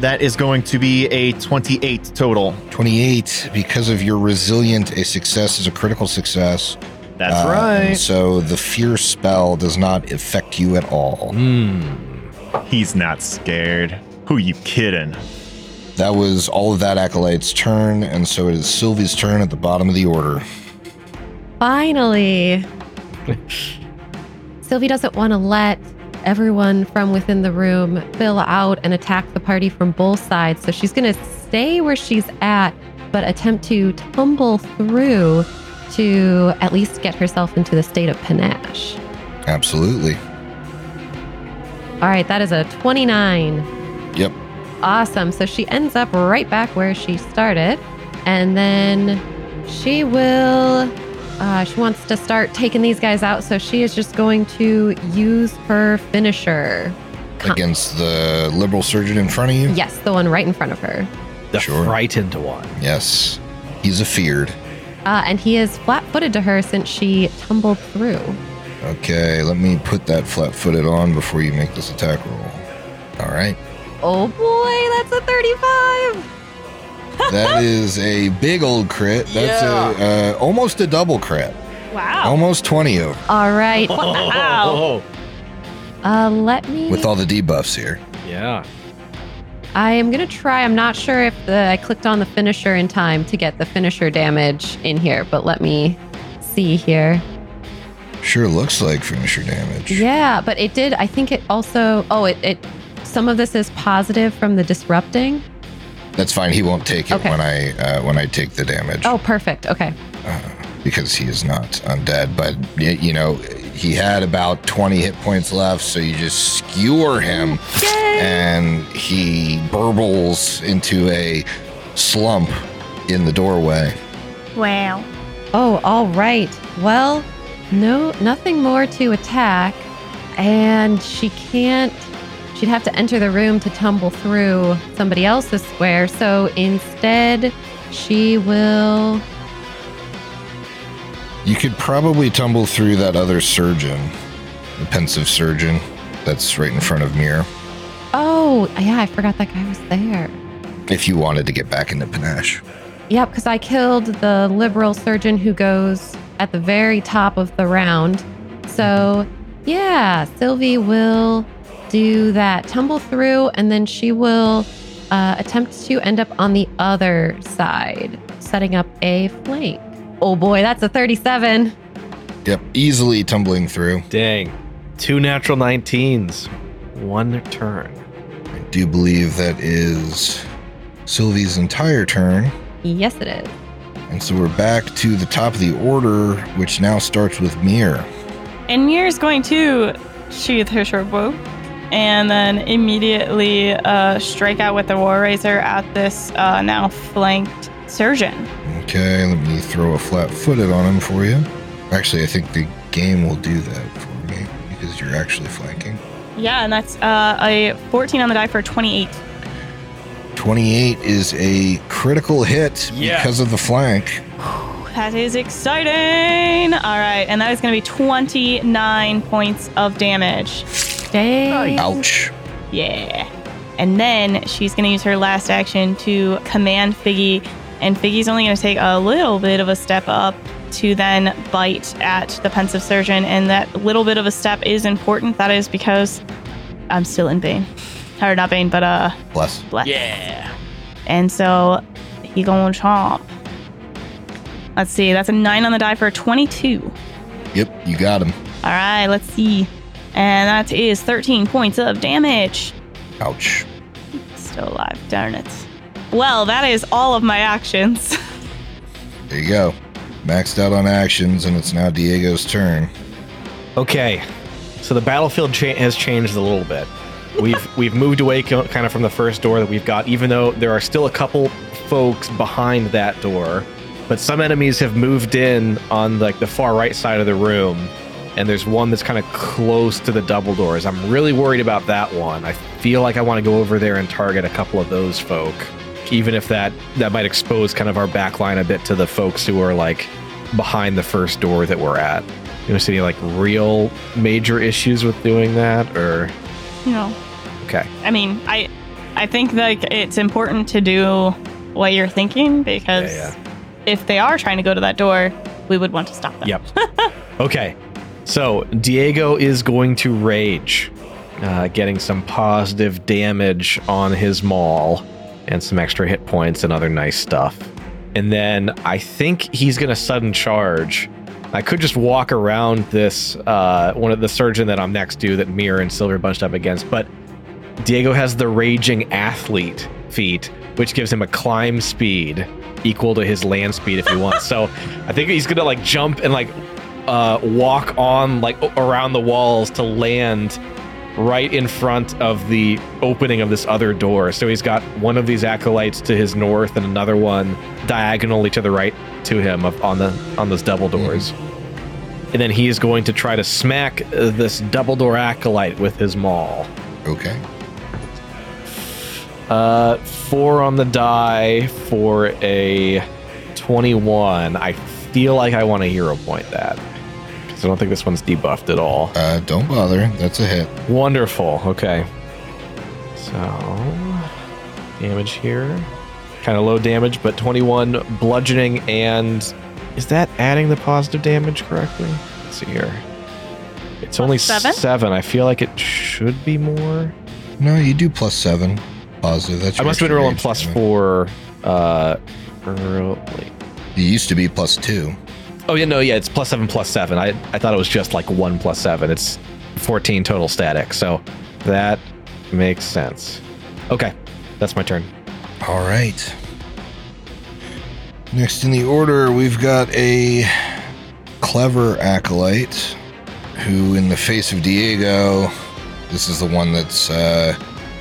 That is going to be a 28 total. 28, because of your resilient, a success is a critical success. That's Uh, and right. So the fear spell does not affect you at all. Mm. He's not scared. Who you kidding? That was all of that acolyte's turn, and so it is Sylvie's turn at the bottom of the order. Finally. Sylvie doesn't want to let everyone from within the room fill out and attack the party from both sides. So she's going to stay where she's at, but attempt to tumble through to at least get herself into the state of panache. Absolutely. All right, that is a 29. Yep. Awesome. So she ends up right back where she started. And then she will, uh, she wants to start taking these guys out. So she is just going to use her finisher. Con- Against the liberal surgeon in front of you? Yes, the one right in front of her. The Sure. frightened one. Yes. He's afeared. Uh, and he is flat footed to her since she tumbled through. Okay, let me put that flat footed on before you make this attack roll. All (laughs) right. Oh boy, that's a 35. That is a big old crit. That's a, uh, almost a double crit. wow. Almost 20 over (laughs) All right. Oh. Wow. Uh, let me. with all the debuffs here. Yeah. I am gonna try. I'm not sure if the I clicked on the finisher in time to get the finisher damage in here, but let me see here. Sure looks like finisher damage. Yeah, but it did. I think it also. Oh, it. it some of this is positive from the disrupting. That's fine. He won't take it Okay. when I uh, when I take the damage. Oh, perfect. Okay. uh, because he is not undead. But y- you know, he had about twenty hit points left, so you just skewer him, and he burbles into a slump in the doorway. Wow. Oh, all right. Well, no, nothing more to attack, and she can't. She'd have to enter the room to tumble through somebody else's square. So instead, she will. You could probably tumble through that other surgeon, the pensive surgeon, that's right in front of Mir, Oh, yeah, I forgot that guy was there. if you wanted to get back into Panache. Yep, because I killed the liberal surgeon who goes at the very top of the round. So, yeah, Sylvie will do that tumble through, and then she will uh, attempt to end up on the other side, setting up a flank. Oh boy, that's a 37. Yep, easily tumbling through. Dang. Two natural 19s. One turn. I do believe that is Sylvie's entire turn. Yes, it is. And so we're back to the top of the order, which now starts with Mir. And Mir's going to sheath her short bow and then immediately uh, strike out with the war razor at this uh, now flanked surgeon. Okay, let me throw a flat footed on him for you. Actually, I think the game will do that for me because you're actually flanking. Yeah, and that's uh, a 14 on the die for 28. 28 is a critical hit Yeah. because of the flank. That is exciting. All right, and that is going to be 29 points of damage. Dang. Ouch. Yeah. And then she's going to use her last action to command Figgy. And Figgy's only going to take a little bit of a step up to then bite at the pensive surgeon. And that little bit of a step is important. That is because I'm still in Bane. Or not Bane, but uh, Bless. Black. Yeah. And so he going to chomp. Let's see. That's a 9 on the die for a 22. Yep, you got him. All right, let's see. And that is 13 points of damage. Ouch. Still alive, darn it. Well, that is all of my actions. (laughs) There you go. Maxed out on actions, and it's now Diego's turn. Okay, so the battlefield cha- has changed a little bit. We've (laughs) we've moved away co- kind of from the first door that we've got, even though there are still a couple folks behind that door. But some enemies have moved in on like the far right side of the room, and there's one that's kind of close to the double doors. I'm really worried about that one. I feel like I want to go over there and target a couple of those folk, even if that that might expose kind of our back line a bit to the folks who are like behind the first door that we're at. You know, see any like real major issues with doing that, or You know, okay, I mean, I I think like it's important to do what you're thinking because Yeah, if they are trying to go to that door, we would want to stop them. yep, (laughs) okay. So Diego is going to rage, uh, getting some positive damage on his maul and some extra hit points and other nice stuff. And then I think he's gonna sudden charge. I could just walk around this uh, one of the surgeon that I'm next to that Mirror and Silver bunched up against, but Diego has the raging athlete feat, which gives him a climb speed equal to his land speed if he wants. so I think he's gonna like jump and like uh, walk on like o- around the walls to land right in front of the opening of this other door. So he's got one of these acolytes to his north and another one diagonally to the right to him of, on the on those double doors. And then he is going to try to smack uh, this double door acolyte with his maul. Okay. Uh, four on the die for a 21. I feel like I want to hero point that. Because I don't think this one's debuffed at all. Uh, don't bother. That's a hit. Wonderful. Okay. So, damage here. Kind of low damage, but 21 bludgeoning and. Is that adding the positive damage correctly? Let's see here. It's only Seven? seven. I feel like it should be more. No, you do plus seven. Positive. That's I your must have extra been rolling rage plus damage. four. Uh, early. You used to be plus two. Oh yeah, no, yeah, it's plus seven, plus seven. I I thought it was just like one plus seven. It's fourteen total static, so that makes sense. Okay, that's my turn. All right. Next in the order, we've got a clever acolyte who, in the face of Diego, this is the one that's uh,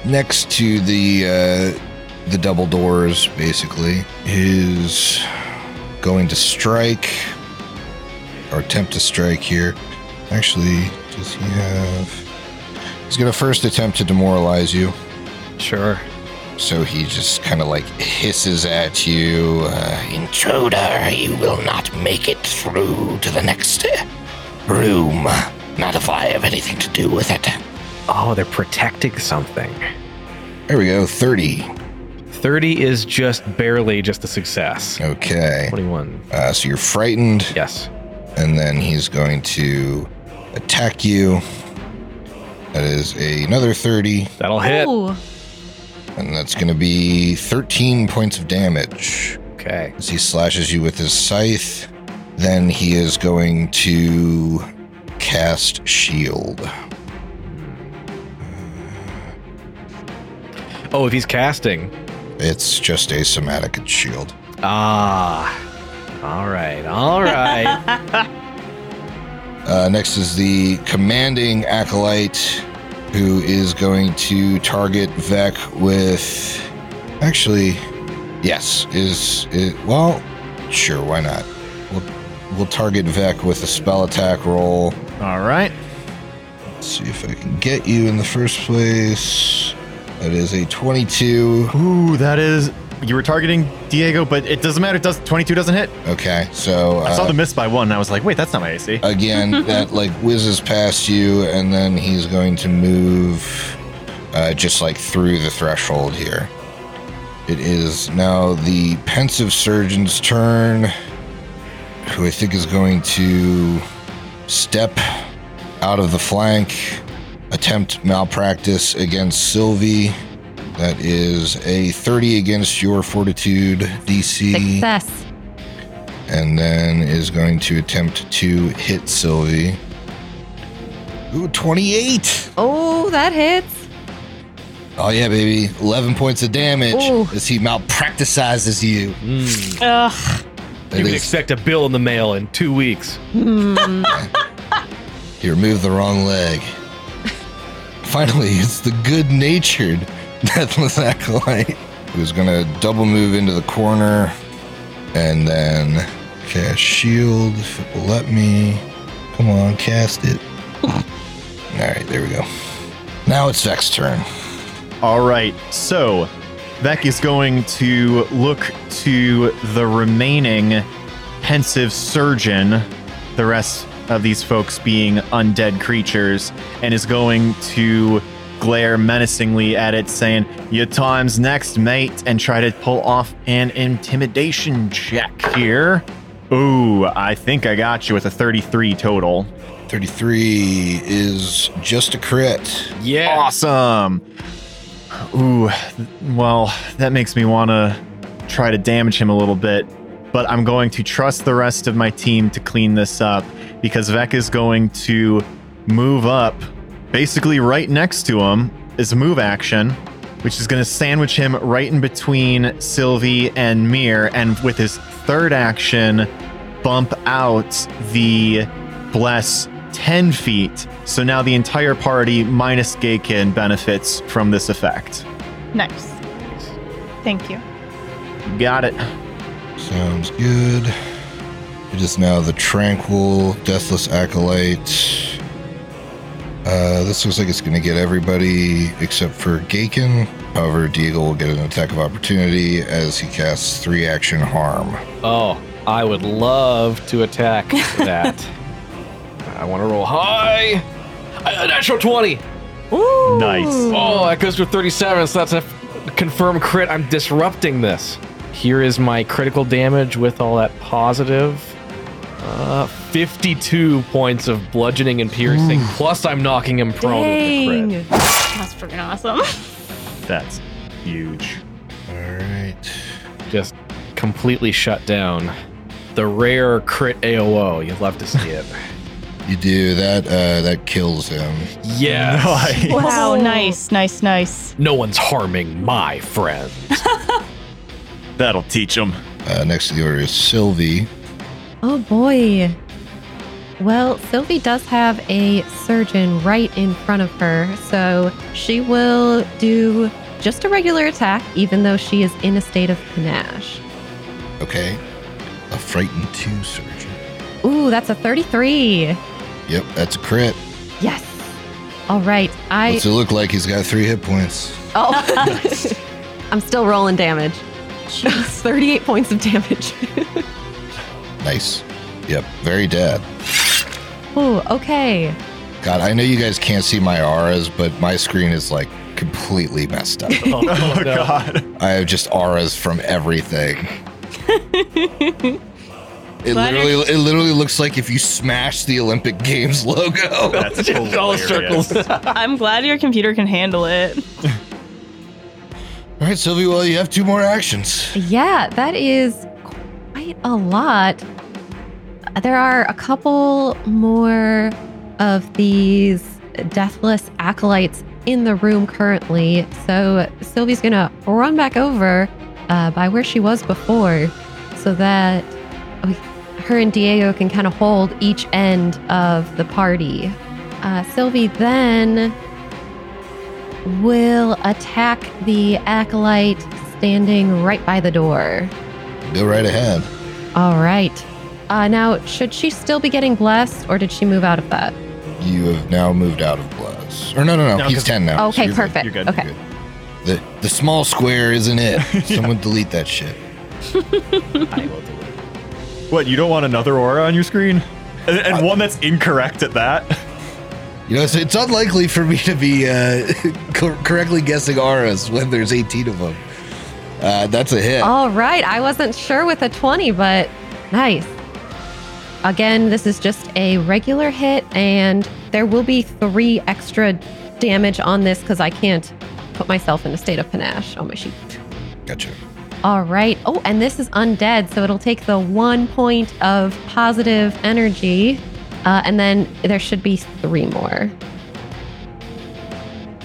next to the uh, the double doors, basically, is going to strike or attempt to strike here. Actually, does he have? He's going to first attempt to demoralize you. Sure. So he just kind of like hisses at you, uh, intruder. You will not make it through to the next uh, room. Not if I have anything to do with it. Oh, they're protecting something. There we go. Thirty. Thirty is just barely just a success. Okay. Twenty-one. Uh, so you're frightened, Yes. and then he's going to attack you. That is another thirty, That'll hit. Ooh. and that's going to be thirteen points of damage. Okay. as he slashes you with his scythe. Then he is going to cast shield. Oh, if he's casting. It's just a somatic shield. Ah. All right. All right. Uh, next is the commanding acolyte, who is going to target Vec with. Actually, yes, is it? Well, sure, why not? We'll, we'll target Vec with a spell attack roll. All right. Let's see if I can get you in the first place. That is a 22. Ooh, that is. You were targeting Diego, but it doesn't matter. It does 22 doesn't hit. Okay, so I saw uh, the miss by one, and I was like, wait, that's not my AC. (laughs) again, that like whizzes past you, and then he's going to move uh, just like through the threshold here. It is now the pensive surgeon's turn, who I think is going to step out of the flank, attempt malpractice against Sylvie. That is a 30 against your fortitude DC Success. and then is going to attempt to hit Sylvie. Ooh, 28. Oh, that hits. Oh, yeah, baby. 11 points of damage Ooh. as he malpracticizes you. Mm. Ugh. That You is- can expect a bill in the mail in two weeks. Hmm. He removed the wrong leg. Finally, it's the good natured (laughs) Deathless Acolyte who's going to double move into the corner and then cast shield if it will let me. Come on, cast it. All right, there we go. Now it's Vex's turn. All right, so Vec is going to look to the remaining pensive surgeon, the rest of these folks being undead creatures, and is going to glare menacingly at it, saying, Your time's next, mate, and try to pull off an intimidation check here. Ooh, I think I got you with a 33 total. 33 is just a crit. Yeah. Awesome. Ooh, th- well, that makes me want to try to damage him a little bit, but I'm going to trust the rest of my team to clean this up because Vec is going to move up basically right next to him is a move action, which is going to sandwich him right in between Sylvie and Mir, and with his third action, bump out the bless 10 feet. So now the entire party minus Gaikin benefits from this effect. Nice. Thank you. Got it. Sounds good. It is now the tranquil, deathless acolyte. Uh, this looks like it's going to get everybody except for Gaken. However, Diego will get an attack of opportunity as he casts three action harm. Oh, I would love to attack that. I want to roll high. A natural 20. Ooh. Nice. Oh, that goes to 37, so that's a f- confirmed crit. I'm disrupting this. Here is my critical damage with all that positive. Uh, 52 points of bludgeoning and piercing, plus I'm knocking him prone with the Dang. crit. That's freaking awesome. (laughs) That's huge. All right. Just completely shut down. The rare crit AOO. You'd love to see it. You do that. Uh, that kills him. yes. Wow. Oh, Nice. Nice. Nice. No one's harming my friend. That'll teach (laughs) him. Uh, next to the order is Sylvie. Oh boy. Well, Sylvie does have a surgeon right in front of her, so she will do just a regular attack, even though she is in a state of panache. Okay. A frightened two surgeon. Ooh, that's a 33. Yep, that's a crit. Yes. All right. I. What's it look like? He's got three hit points. Oh. (laughs) I'm still rolling damage. (laughs) Jeez. 38 points of damage. Nice. Yep, very dead. Ooh, okay. God, I know you guys can't see my auras, but my screen is like completely messed up. Oh, no. God. I have just auras from everything. It Butter- literally, it literally looks like if you smash the Olympic Games (laughs) logo. (laughs) That's Just all hilarious. circles. I'm glad your computer can handle it. All right, Sylvie, well, you have two more actions. Yeah, that is quite a lot. There are a couple more of these deathless acolytes in the room currently. So Sylvie's going to run back over uh, by where she was before so that we, her and Diego can kind of hold each end of the party. Uh, Sylvie then will attack the acolyte standing right by the door. Go right ahead. All right. Uh, now, should she still be getting blessed, or did she move out of that? You have now moved out of Blaz. Or no, no, no. No, he's 'cause- ten now. so okay, you're good. perfect. You're good. Okay. You're good. The the small square isn't it. Someone delete that shit. I will do it. (laughs) What, you don't want another aura on your screen? Uh, And, and one that's incorrect at that? You know, so it's unlikely for me to be uh, (laughs) cor- correctly guessing auras when there's 18 of them. Uh, that's a hit. All right. I wasn't sure with a 20, but nice. Again, this is just a regular hit, and there will be three extra damage on this because I can't put myself in a state of panache on my sheet. Gotcha. All right. Oh, and this is undead, so it'll take the one point of positive energy, uh, and then there should be three more.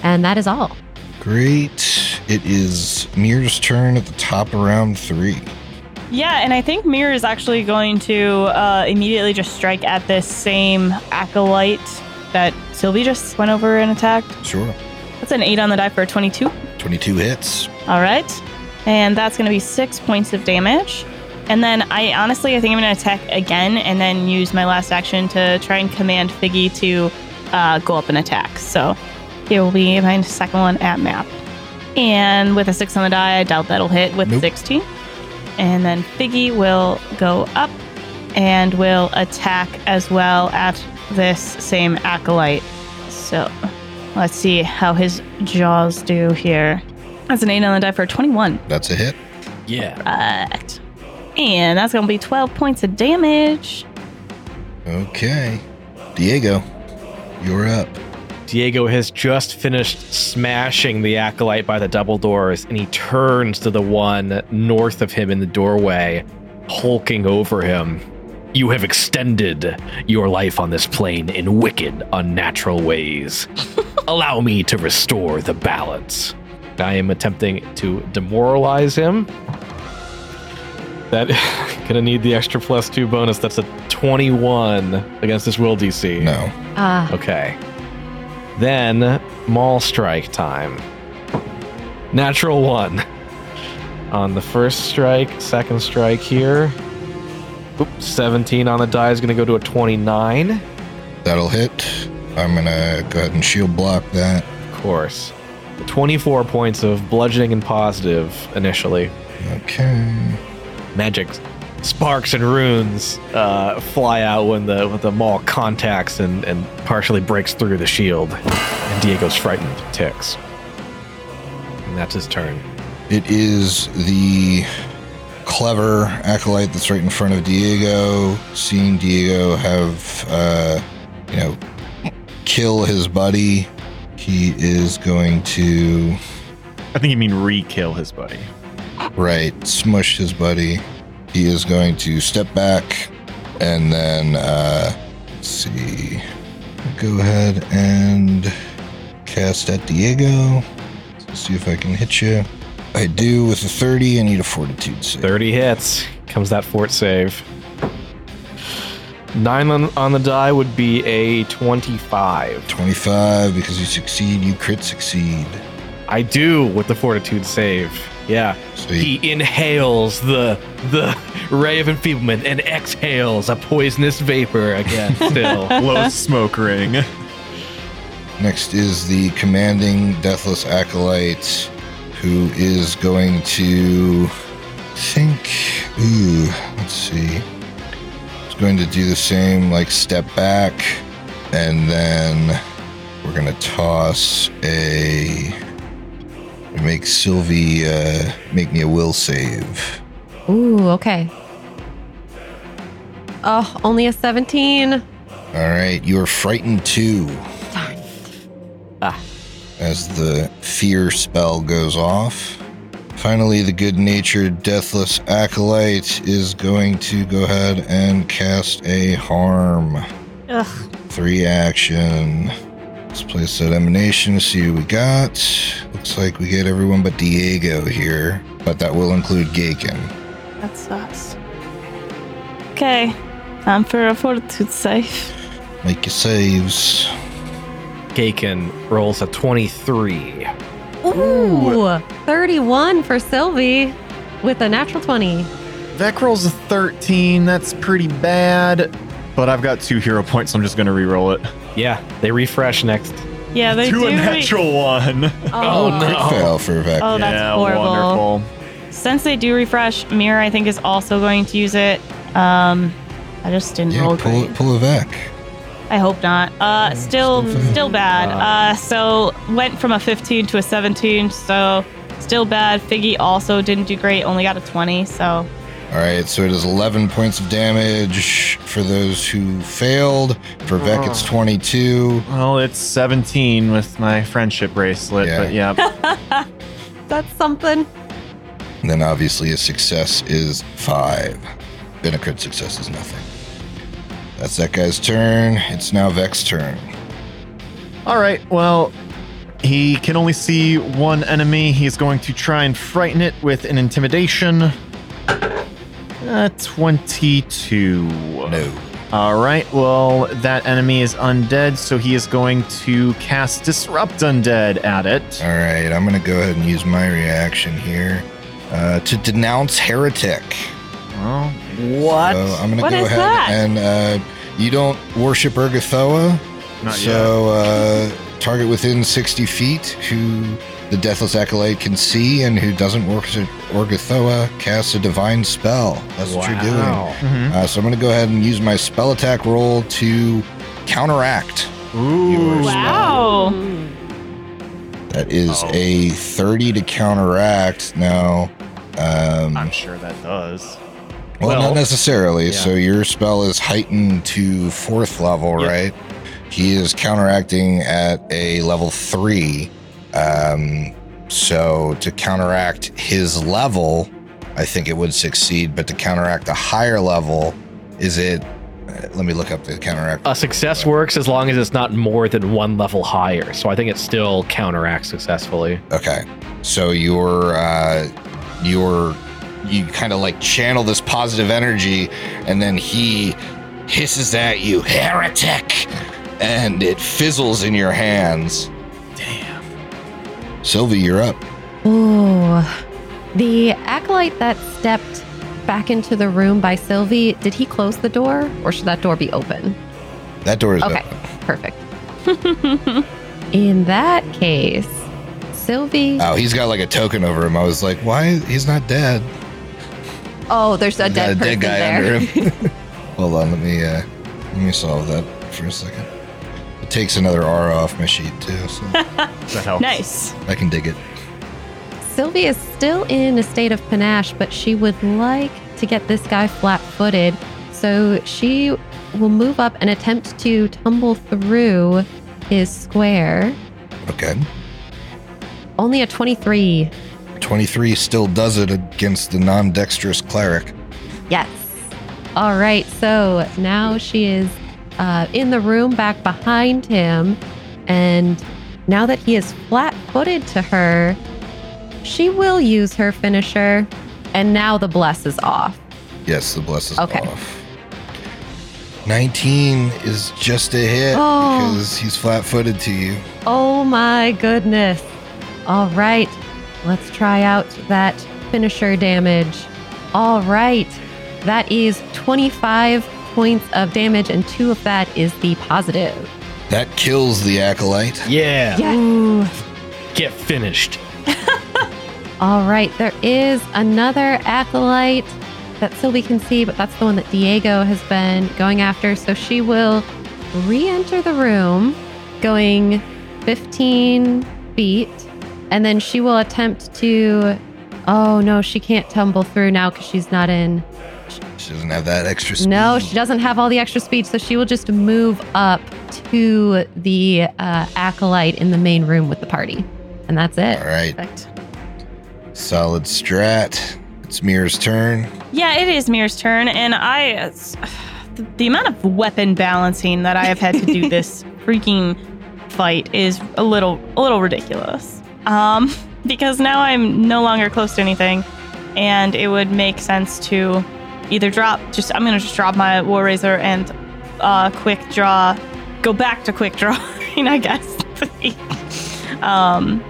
And that is all. Great. It is Mir's turn at the top of round three. Yeah, and I think Mirror is actually going to uh, immediately just strike at this same acolyte that Sylvie just went over and attacked. Sure. That's an 8 on the die for a 22. 22 hits. All right. And that's going to be six points of damage. And then I honestly, I think I'm going to attack again and then use my last action to try and command Figgy to uh, go up and attack. So here will be my second one at map. And with a six on the die, I doubt that'll hit with Nope. 16. And then Figgy will go up and will attack as well at this same acolyte. So let's see how his jaws do here. That's an 8 on the die for a 21. That's a hit. Yeah. Right. And that's going to be 12 points of damage. Okay. Diego, you're up. Diego has just finished smashing the acolyte by the double doors, and he turns to the one north of him in the doorway, hulking over him. You have extended your life on this plane in wicked, unnatural ways. Allow me to restore the balance. I am attempting to demoralize him. That (laughs) gonna need the extra plus two bonus. That's a 21 against this will DC. No. Ah, Okay. Then Maul Strike time. Natural one. On the first strike, second strike here. Oop, 17 on the die is going to go to a 29. Of That'll hit. I'm going to go ahead and shield block that. course. 24 points of bludgeoning and positive initially. Okay. Magic sparks and runes uh, fly out when the when the maul contacts and, and partially breaks through the shield. And Diego's frightened ticks. And that's his turn. It is the clever acolyte that's right in front of Diego. Seeing Diego have, uh, you know, kill his buddy, he is going to, I think you mean re kill his (laughs) buddy. right, smush his buddy. He is going to step back and then, uh, let's see, go ahead and cast at Diego. Let's see if I can hit you. I do with a 30. I need a fortitude save. 30 hits. Comes that fort save. Nine on, on the die would be a 25. 25 because you succeed, you crit succeed. I do with the fortitude save. Yeah. So you, He inhales the the ray of enfeeblement and exhales a poisonous vapor again still. Low smoke ring. next is the commanding deathless acolyte who is going to think ooh, let's see. It's going to do the same like step back and then we're going to toss a make Sylvie uh, make me a will save. ooh, okay. Oh, only a 17. All right, you are frightened too. Darn. as the fear spell goes off. Finally, the good natured Deathless Acolyte is going to go ahead and cast a harm. Ugh. Three action. Let's place that emanation, see who we got. Looks like we get everyone but Diego here, but that will include Gaken. That sucks. Okay. Time for a fortitude save. Make your saves. Gaken rolls a 23. Ooh, 31 for Sylvie with a natural 20. Vec rolls a 13. That's pretty bad. But I've got two hero points, so I'm just going to re roll it. Yeah, they refresh next. Yeah, they to do. a re- natural one. Oh, Crit fail for Vec. (laughs) Oh, that's yeah, horrible. wonderful. Since they do refresh, Mirror I think is also going to use it. Um, I just didn't yeah, roll pull, great. pull a Vec. I hope not. Uh, still, still bad. Uh, so went from a 15 to a 17. So still bad. Figgy also didn't do great. Only got a 20. So All right, so it is 11 points of damage for those who failed. For Vec, it's 22. Well, it's 17 with my friendship bracelet, Yeah. but (laughs) yeah. That's something. And then obviously a success is 5. Then a crit success is nothing. That's that guy's turn. It's now Vec's turn. All right. Well, he can only see one enemy. He's going to try and frighten it with an intimidation. Uh, 22. No. All right. Well, that enemy is undead, so he is going to cast Disrupt Undead at it. All right, I'm going to go ahead and use my reaction here uh, to denounce heretic. Well, What? So I'm going to What go is ahead that? and uh, you don't worship Ergothoa. not yet. so uh, target within 60 feet who the Deathless Acolyte can see and who doesn't worship Orgothoa casts a divine spell. That's what you're doing. Wow. Mhm. Uh, so I'm going to go ahead and use my spell attack roll to counteract. Ooh. wow. That is a 30 to counteract. Now, um, I'm sure that does. well, well, not necessarily. yeah. So your spell is heightened to fourth level, Yep. right? He is counteracting at a level three. Um, so to counteract his level, I think it would succeed. But to counteract a higher level, is it? uh, Let me look up the counteract. A success works as long as it's not more than one level higher. So I think it still counteracts successfully. Okay. So you're uh you're you kind of like channel this positive energy and then he hisses at you, heretic, and it fizzles in your hands. Damn. Sylvie, you're up. Ooh. The acolyte that stepped back into the room by Sylvie, did he close the door or should that door be open? That door is Okay, open. perfect. (laughs) In that case, Sylvie. Oh, he's got like a token over him. I was like, why? He's not dead. Oh, there's a He's got dead person there. him. (laughs) (laughs) Hold on, let me uh let me solve that for a second. It takes another R off my sheet too, so (laughs) That helps. Nice. I can dig it. Sylvie is still in a state of panache, but she would like to get this guy flat footed. So she will move up and attempt to tumble through his square. Okay. Only a 23. 23 still does it against the non dexterous cleric. Yes. All right. So now she is uh, in the room back behind him. And now that he is flat footed to her, she will use her finisher. And now the bless is off. Yes, the bless is Okay. off. 19 is just a hit Oh. because he's flat footed to you. Oh my goodness. All right. Let's try out that finisher damage. All right. That is 25 points of damage, and two of that is the positive. That kills the acolyte. Yeah. Yes. Get finished. All right, there is another acolyte that Sylvie can see, but that's the one that Diego has been going after. So she will re enter the room, going 15 feet, and then she will attempt to. Oh no, she can't tumble through now because she's not in. She doesn't have that extra speed. No, she doesn't have all the extra speed, so she will just move up to the uh, acolyte in the main room with the party. And that's it. All right. Perfect. Solid strat. It's Mirror's turn. Yeah, it is Mir's turn, and I. it's- the- The amount of weapon balancing that I have had to do this freaking fight is a little, a little ridiculous. Um, (laughs) because now I'm no longer close to anything, and it would make sense to either drop. Just I'm gonna just drop my war razor and uh, quick draw, go back to quick (laughs) drawing, I guess. (laughs) um,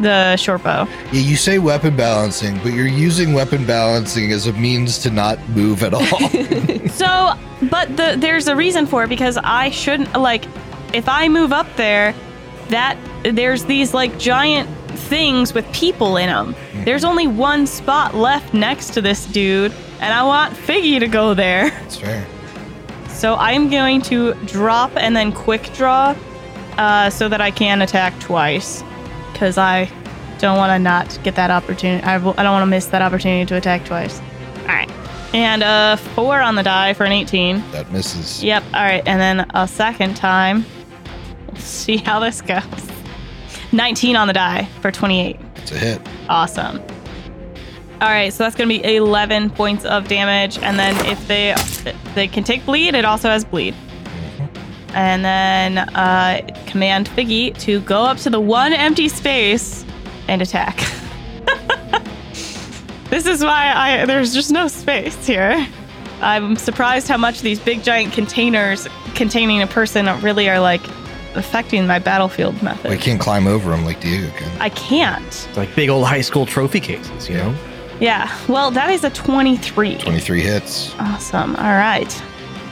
the short bow. Yeah, you say weapon balancing, but you're using weapon balancing as a means to not move at (laughs) all. So, but the, there's a reason for it because I shouldn't like if I move up there, that there's these like giant things with people in them. There's only one spot left next to this dude, and I want Figgy to go there. (laughs) That's fair. So I'm going to drop and then quick draw uh, so that I can attack twice because I don't want to not get that opportunity. I w- I don't want to miss that opportunity to attack twice. All right. And uh, four on the die for an 18. That misses. Yep. All right. And then a second time. We'll see how this goes. 19 on the die for 28. It's a hit. Awesome. All right, so that's going to be 11 points of damage, and then if they they can take bleed, it also has bleed. And then uh, command Figgy to go up to the one empty space and attack. (laughs) this is why I there's just no space here. I'm surprised how much these big giant containers containing a person really are like affecting my battlefield method. We can't climb over them like Diego can. I can't. It's like big old high school trophy cases, you know? Yeah. Well, that is a 23. 23 hits. Awesome. All right.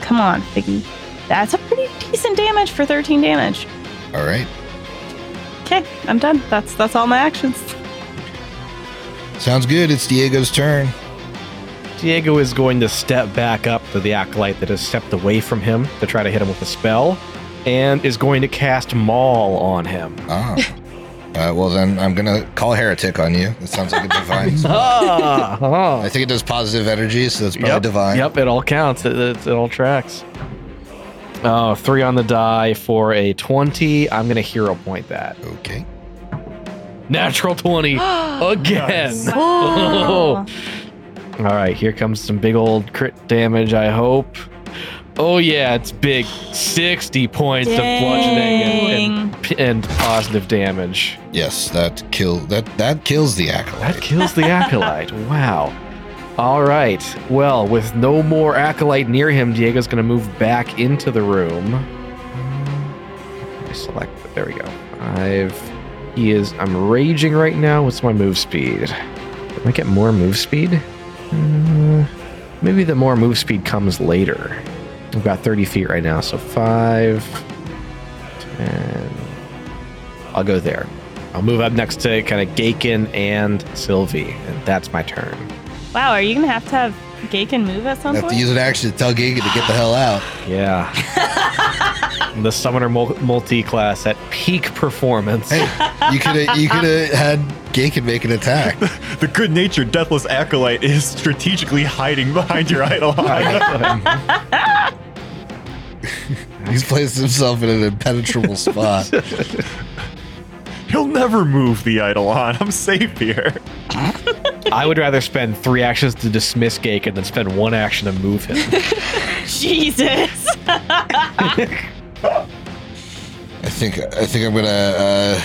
Come on, Figgy. That's a pretty decent damage for 13 damage. All right. Okay, I'm done. That's that's all my actions. Sounds good. It's Diego's turn. Diego is going to step back up to the acolyte that has stepped away from him to try to hit him with a spell, and is going to cast Maul on him. (laughs) Ah. Uh, well, then I'm going to call heretic on you. It sounds like a divine. (laughs) spell. Ah, I think it does positive energy, so that's probably divine. Yep, it all counts. It, it, it all tracks. Oh, three on the die for a 20. I'm going to hero point that. Okay. Natural 20 again. Nice. Oh. Wow. (laughs) All right, here comes some big old crit damage, I hope. Oh, yeah, it's big. 60 points of bludgeoning and- and, and positive damage. Yes, that kill that that kills the acolyte. That kills the acolyte. Wow. All right. Well, with no more acolyte near him, Diego's going to move back into the room. I select. There we go. I've. He is. I'm raging right now. What's my move speed? Can I get more move speed? Uh, maybe the more move speed comes later. I've got 30 feet right now, so 5, 10. I'll go there. I'll move up next to kind of Gaken and Sylvie, and that's my turn. (laughs) wow, are you gonna have to have Gaken move at some have to point? use an action to tell Giga to get the hell (laughs) out. Yeah. the Summoner mul- multi class at peak performance. Hey, you could have you could have had Gaken make an attack. The good natured Deathless Acolyte is strategically hiding behind your idol (laughs) eye. He's placed himself in an impenetrable spot. (laughs) He'll never move the idol on. I'm safe here. I would rather spend three actions to dismiss Gaken than spend one action to move him. Jesus. (laughs) I think I think I'm gonna uh,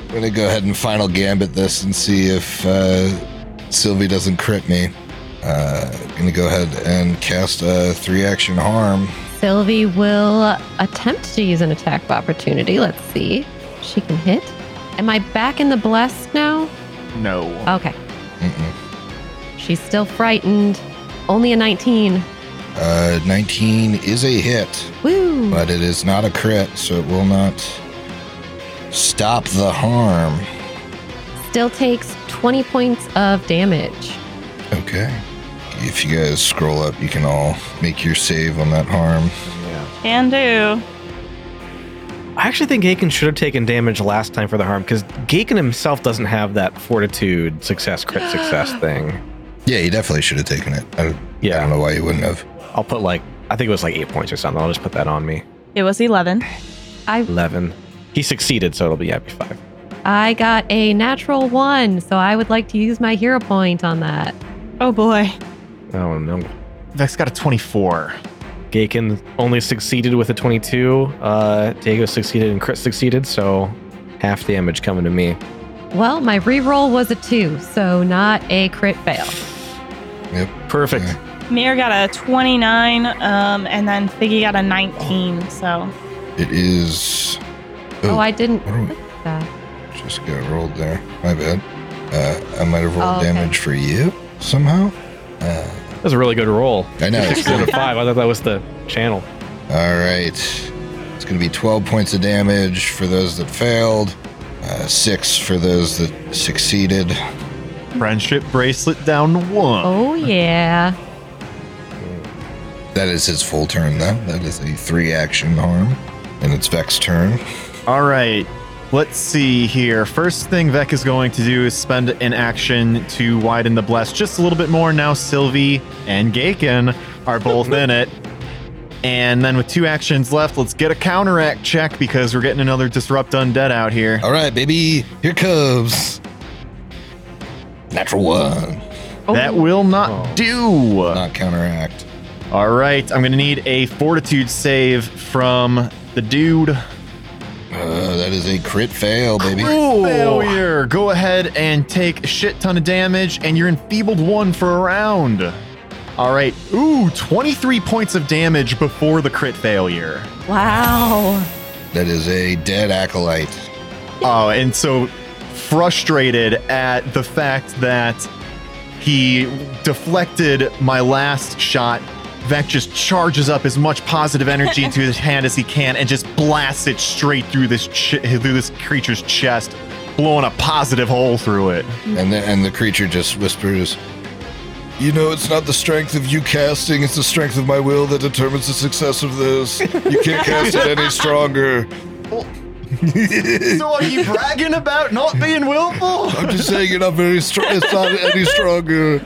I'm gonna go ahead and final gambit this and see if uh, Sylvie doesn't crit me. Uh, gonna go ahead and cast a three action harm. Sylvie will attempt to use an attack of opportunity. Let's see. She can hit. Am I back in the blessed now? No. Okay. Mm-mm. She's still frightened. Only a 19. Uh, 19 is a hit, Woo! but it is not a crit, so it will not stop the harm. Still takes 20 points of damage. Okay. If you guys scroll up, you can all make your save on that harm. Can do. (laughs) I actually think Gaken should have taken damage last time for the harm because Gaken himself doesn't have that fortitude success, crit (gasps) success thing. Yeah, you definitely should have taken it. I, I don't Yeah. know why you wouldn't have. I'll put like, I think it was like eight points or something. I'll just put that on me. It was eleven. I 11. He succeeded, so it'll be, yeah, it'll be five. I got a natural one, so I would like to use my hero point on that. Oh boy. Oh, no. Vex got a 24. Gaken only succeeded with a 22. Uh, Diego succeeded and Crit succeeded, so half damage coming to me. Well, my reroll was a two, so not a crit fail. Yep. Perfect. Mir got a 29, um, and then Figgy got a 19. So It is. Oh, I didn't. what are we- click that. just got rolled there. My bad. Uh, I might have rolled Oh, okay. damage for you somehow. That was a really good roll. (laughs) (laughs) I know. Six out of five. I thought that was the channel. all right. It's going to be 12 points of damage for those that failed, uh, six for those that succeeded. Friendship bracelet down one. Oh yeah. That is his full turn, though. That is a three action harm, and it's Vex's turn. All right. Let's see here. First thing Vec is going to do is spend an action to widen the blast just a little bit more. Now Sylvie and Gaken are both in it. And then with two actions left, let's get a counteract check because we're getting another Disrupt Undead out here. All right, baby, here comes. Natural one. That will not Oh. do. Not counteract. All right. I'm going to need a fortitude save from the dude. Uh, that is a crit fail, baby. Failure. Go ahead and take a shit ton of damage, and you're enfeebled one for a round. All right. Ooh, 23 points of damage before the crit failure. Wow. That is a dead acolyte. Oh, and so frustrated at the fact that he deflected my last shot. Vec just charges up as much positive energy into his hand as he can and just blasts it straight through this ch- through this creature's chest, blowing a positive hole through it. And the, and the creature just whispers, You know, it's not the strength of you casting, it's the strength of my will that determines the success of this. You can't cast it any stronger. So are you bragging about not being willful? I'm just saying you're not very strong. It's not any stronger.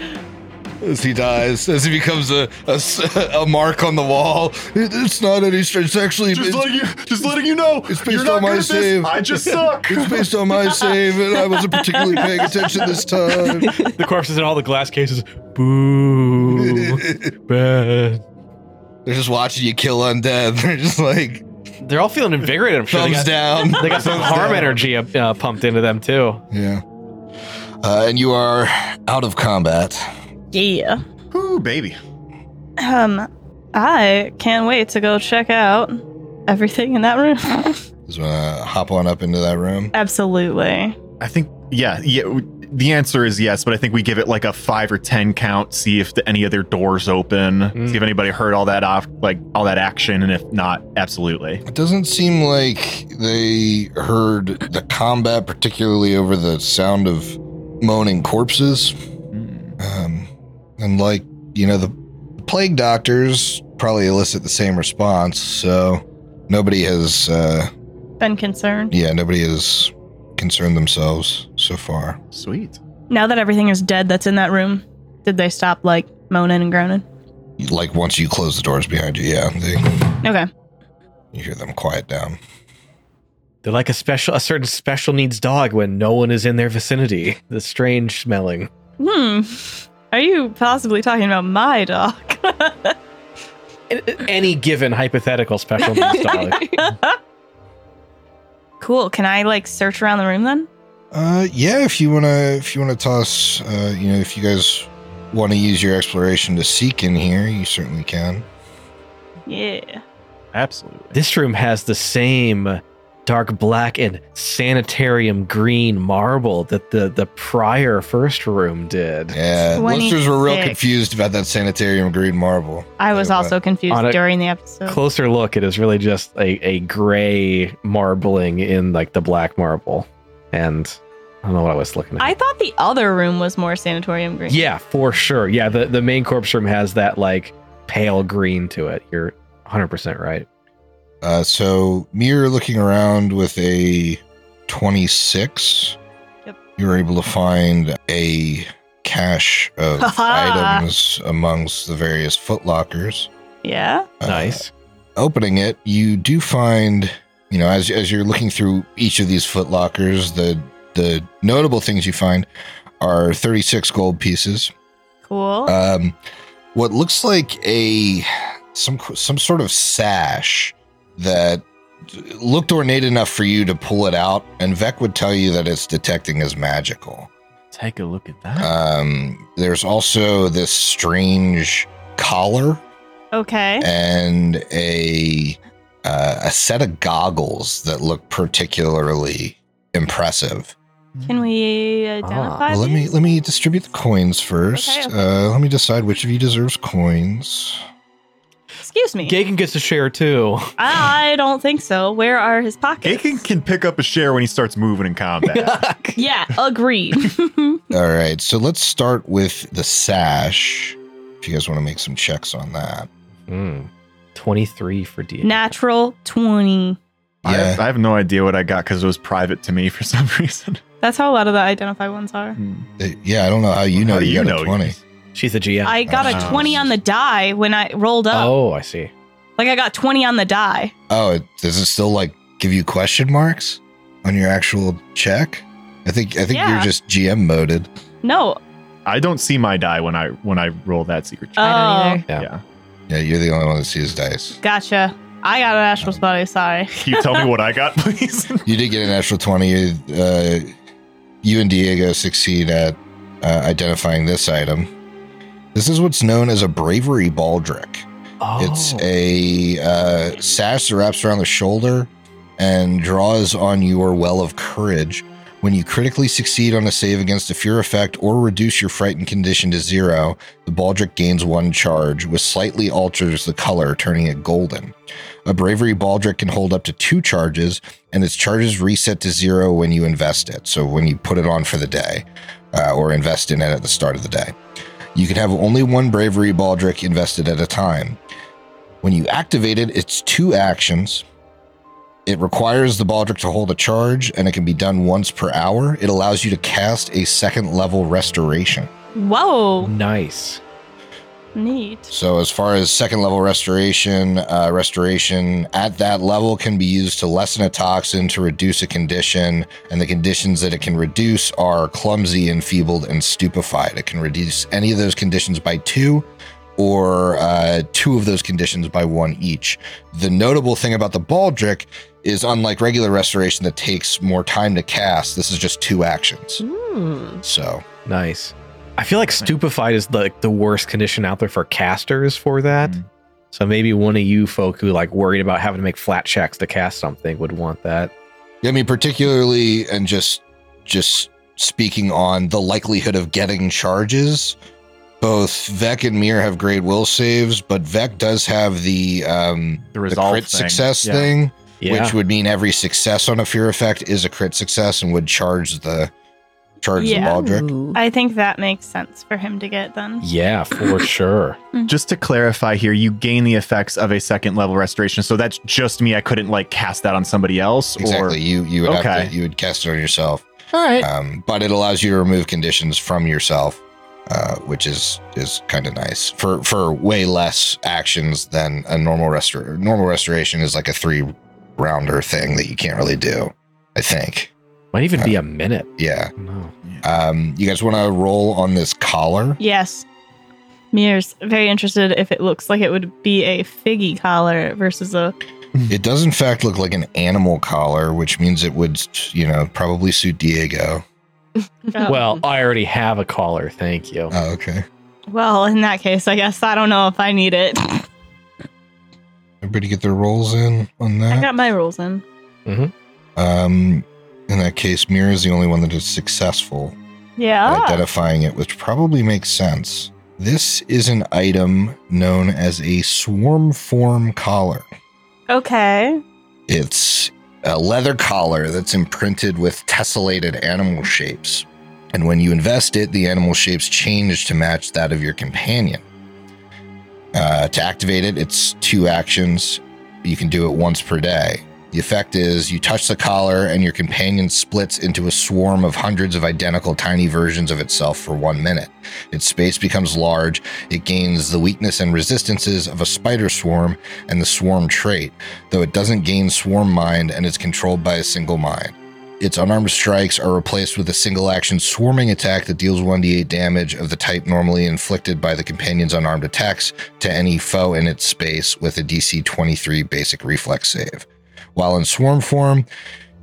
As he dies, as he becomes a, a s- a mark on the wall, It- it's not any strength. It's actually Just it's, letting you, just letting you know, it's based you're not on my good at this. save. I just suck. it's based on my save, and I wasn't particularly paying attention this time. The corpses in all the glass cases. Boo. Bad. They're just watching you kill undead. (laughs) They're just like They're all feeling invigorated. I'm sure they thumbs got, (laughs) down. they got some Thumbs harm down. energy uh, pumped into them too. Yeah. Uh, and you are out of combat. Yeah. (laughs) Ooh, baby. Um, I can't wait to go check out everything in that room. (laughs) Just want to hop on up into that room. Absolutely. I think yeah, yeah. w- The answer is yes, but I think we give it like a five or ten count. See if the, any other doors open. Mm. See if anybody heard all that off, like all that action, and if not, absolutely. It doesn't seem like they heard the combat, particularly over the sound of moaning corpses. Hmm, Um, and like you know, the plague doctors probably elicit the same response. So nobody has, uh, Been concerned. yeah, nobody has concerned themselves so far. Sweet. Now that everything is dead that's in that room, did they stop like moaning and groaning? Like once you close the doors behind you, yeah, they, Okay. you hear them quiet down. They're like a special, a certain special needs dog when no one is in their vicinity. The strange smelling. Hmm. Are you possibly talking about my dog? (laughs) Any given hypothetical special needs (laughs) dog. cool. Can I like search around the room then? Uh, yeah, if you wanna, if you wanna toss, uh, you know, if you guys want to use your exploration to seek in here, you certainly can. Yeah. Absolutely. This room has the same dark black and sanitarium green marble that the the prior first room did. Yeah, listeners were real 26. confused about that sanitarium green marble. I was Yeah, but- also confused On a- during the episode. Closer look, it is really just a, a gray marbling in like the black marble. And I don't know what I was looking at. I thought the other room was more sanatorium green. Yeah, for sure. Yeah, the, the main corpse room has that like pale green to it. You're 100% right. Uh, so Mir looking around with a twenty-six, Yep. you were able to find a cache of Ha-ha. items amongst the various footlockers. Yeah. Uh, nice. opening it, you do find, you know, as as you're looking through each of these foot lockers, the the notable things you find are 36 gold pieces. Cool. Um what looks like a some some sort of sash that looked ornate enough for you to pull it out and Vec would tell you that it's detecting as magical. Take a look at that. Um there's also this strange collar okay. and a uh, a set of goggles that look particularly impressive. Can we Ah, identify? Let me these? let me distribute the coins first. Okay. (laughs) Uh, let me decide which of you deserves coins. Excuse me. Gagan gets a share (laughs) too. I don't think so. Where are his pockets? Gaken can pick up a share when he starts moving in (laughs) combat. yeah, agreed. (laughs) All right, so let's start with the sash. If you guys want to make some checks on that, Hmm. 23 for Diego. Natural 20. I, have, I have no idea what I got because it was private to me (laughs) for some reason. That's how a lot of the identify ones are. Uh, yeah, I don't know how you know Hmm. How do you, got a twenty. yours? She's a GM. I got Oh. a 20 on the die when I rolled up. oh, I see. Like I got 20 on the die. Oh, it, does it still like give you question marks on your actual check? I think I think Yeah. you're just GM moded. No. I don't see my die when I when I roll that secret. check. Uh, I don't Oh. Yeah. either. yeah. Yeah, you're the only one that sees dice. Gotcha. I got an astral body. Sorry. Can you tell me what I got, (laughs) please? You did get an natural twenty. Uh, you and Diego succeed at uh, identifying this item. This is what's known as a bravery baldric. Oh. It's a uh, sash that wraps around the shoulder and draws on your well of courage. When you critically succeed on a save against a fear effect or reduce your frightened condition to zero, the baldric gains one charge, which slightly alters the color, turning it golden. A bravery baldric can hold up to two charges, and its charges reset to zero when you invest it. So when you put it on for the day, uh, or invest in it at the start of the day, you can have only one bravery baldric invested at a time. When you activate it, it's two actions. It requires the Baldric to hold a charge, and it can be done once per hour. It allows you to cast a second level restoration. Whoa. nice. Neat. So, as far as second level restoration, uh, restoration at that level can be used to lessen a toxin, to reduce a condition, and the conditions that it can reduce are clumsy, enfeebled, and stupefied. It can reduce any of those conditions by two, or uh, two of those conditions by one each. The notable thing about the Baldric is, unlike regular restoration that takes more time to cast, this is just two actions. Hmm. So, Nice. I feel like stupefied is like the worst condition out there for casters for that. Mm. So maybe one of you folk who like worried about having to make flat checks to cast something would want that. I mean, particularly and just just speaking on the likelihood of getting charges. Both Vec and Mir have great will saves, but Vec does have the um, The the resolve crit thing. success Yeah. thing, Yeah. which would mean every success on a fear effect is a crit success and would charge the charge the Yeah. Baldric. Ooh. I think that makes sense for him to get then. (laughs) yeah, for sure. Just to clarify here, you gain the effects of a second level restoration. So that's just me. I couldn't like cast that on somebody else. Exactly. You you would have Okay. to you would cast it on yourself, Or all right. um, but it allows you to remove conditions from yourself, uh, which is is kind of nice for for way less actions than a normal restor. Normal restoration is like a three rounder thing that you can't really do. I think. Might even be a minute. Yeah. No. Um, you guys want to roll on this collar? Yes. Mears, very interested if it looks like it would be a figgy collar versus a. It does, in fact, look like an animal collar, which means it would, you know, probably suit Diego. Oh. Well, I already have a caller. Thank you. Oh, okay. Well, in that case, I guess I don't know if I need it. Uh-huh. Everybody get their rolls in on that. I got my rules in. Um, in that case, Mira is the only one that is successful at Yeah. identifying it, which probably makes sense. This is an item known as a swarm form collar. Okay. It's a leather collar that's imprinted with tessellated animal shapes. And when you invest it, the animal shapes change to match that of your companion. Uh, to activate it, it's two actions. You can do it once per day. The effect is you touch the collar, and your companion splits into a swarm of hundreds of identical tiny versions of itself for one minute. Its space becomes large, it gains the weakness and resistances of a spider swarm and the swarm trait though it doesn't gain swarm mind and is controlled by a single mind. Its unarmed strikes are replaced with a single action swarming attack that deals 1d8 damage of the type normally inflicted by the companion's unarmed attacks to any foe in its space with a DC 23 basic reflex save. While in swarm form,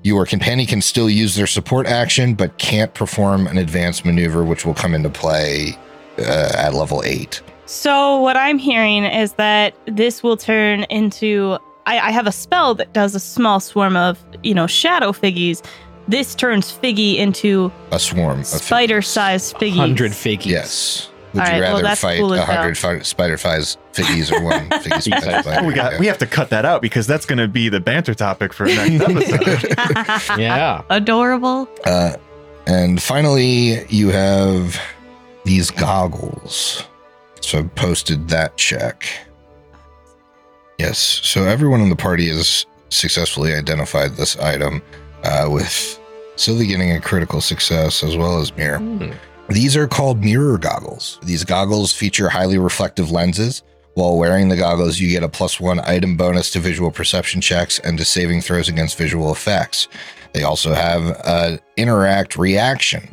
your companion can still use their support action but can't perform an advanced maneuver, which will come into play uh, at level 8. So, what I'm hearing is that this will turn into. I, I have a spell that does a small swarm of, you know, shadow figgies. This turns Figgy into A swarm. of spider sized figgies. (laughs) 100 figgies. Yes. Would All you right, well, rather that's fight cool as a hundred fi- spider flies figgies or (laughs) one figgy spider fly? Oh, we got we have to cut that out because that's going to be the banter topic for (laughs) next episode. Yeah. Ah, Adorable. (laughs) Uh, and finally, you have these goggles. So I posted that check. Yes. So everyone in the party has successfully identified this item uh, with Sylvie getting a critical success as well as ah. Mirror. Hmm. These are called mirror goggles. These goggles feature highly reflective lenses. While wearing the goggles, you get a plus one item bonus to visual perception checks and to saving throws against visual effects. They also have an interact reaction.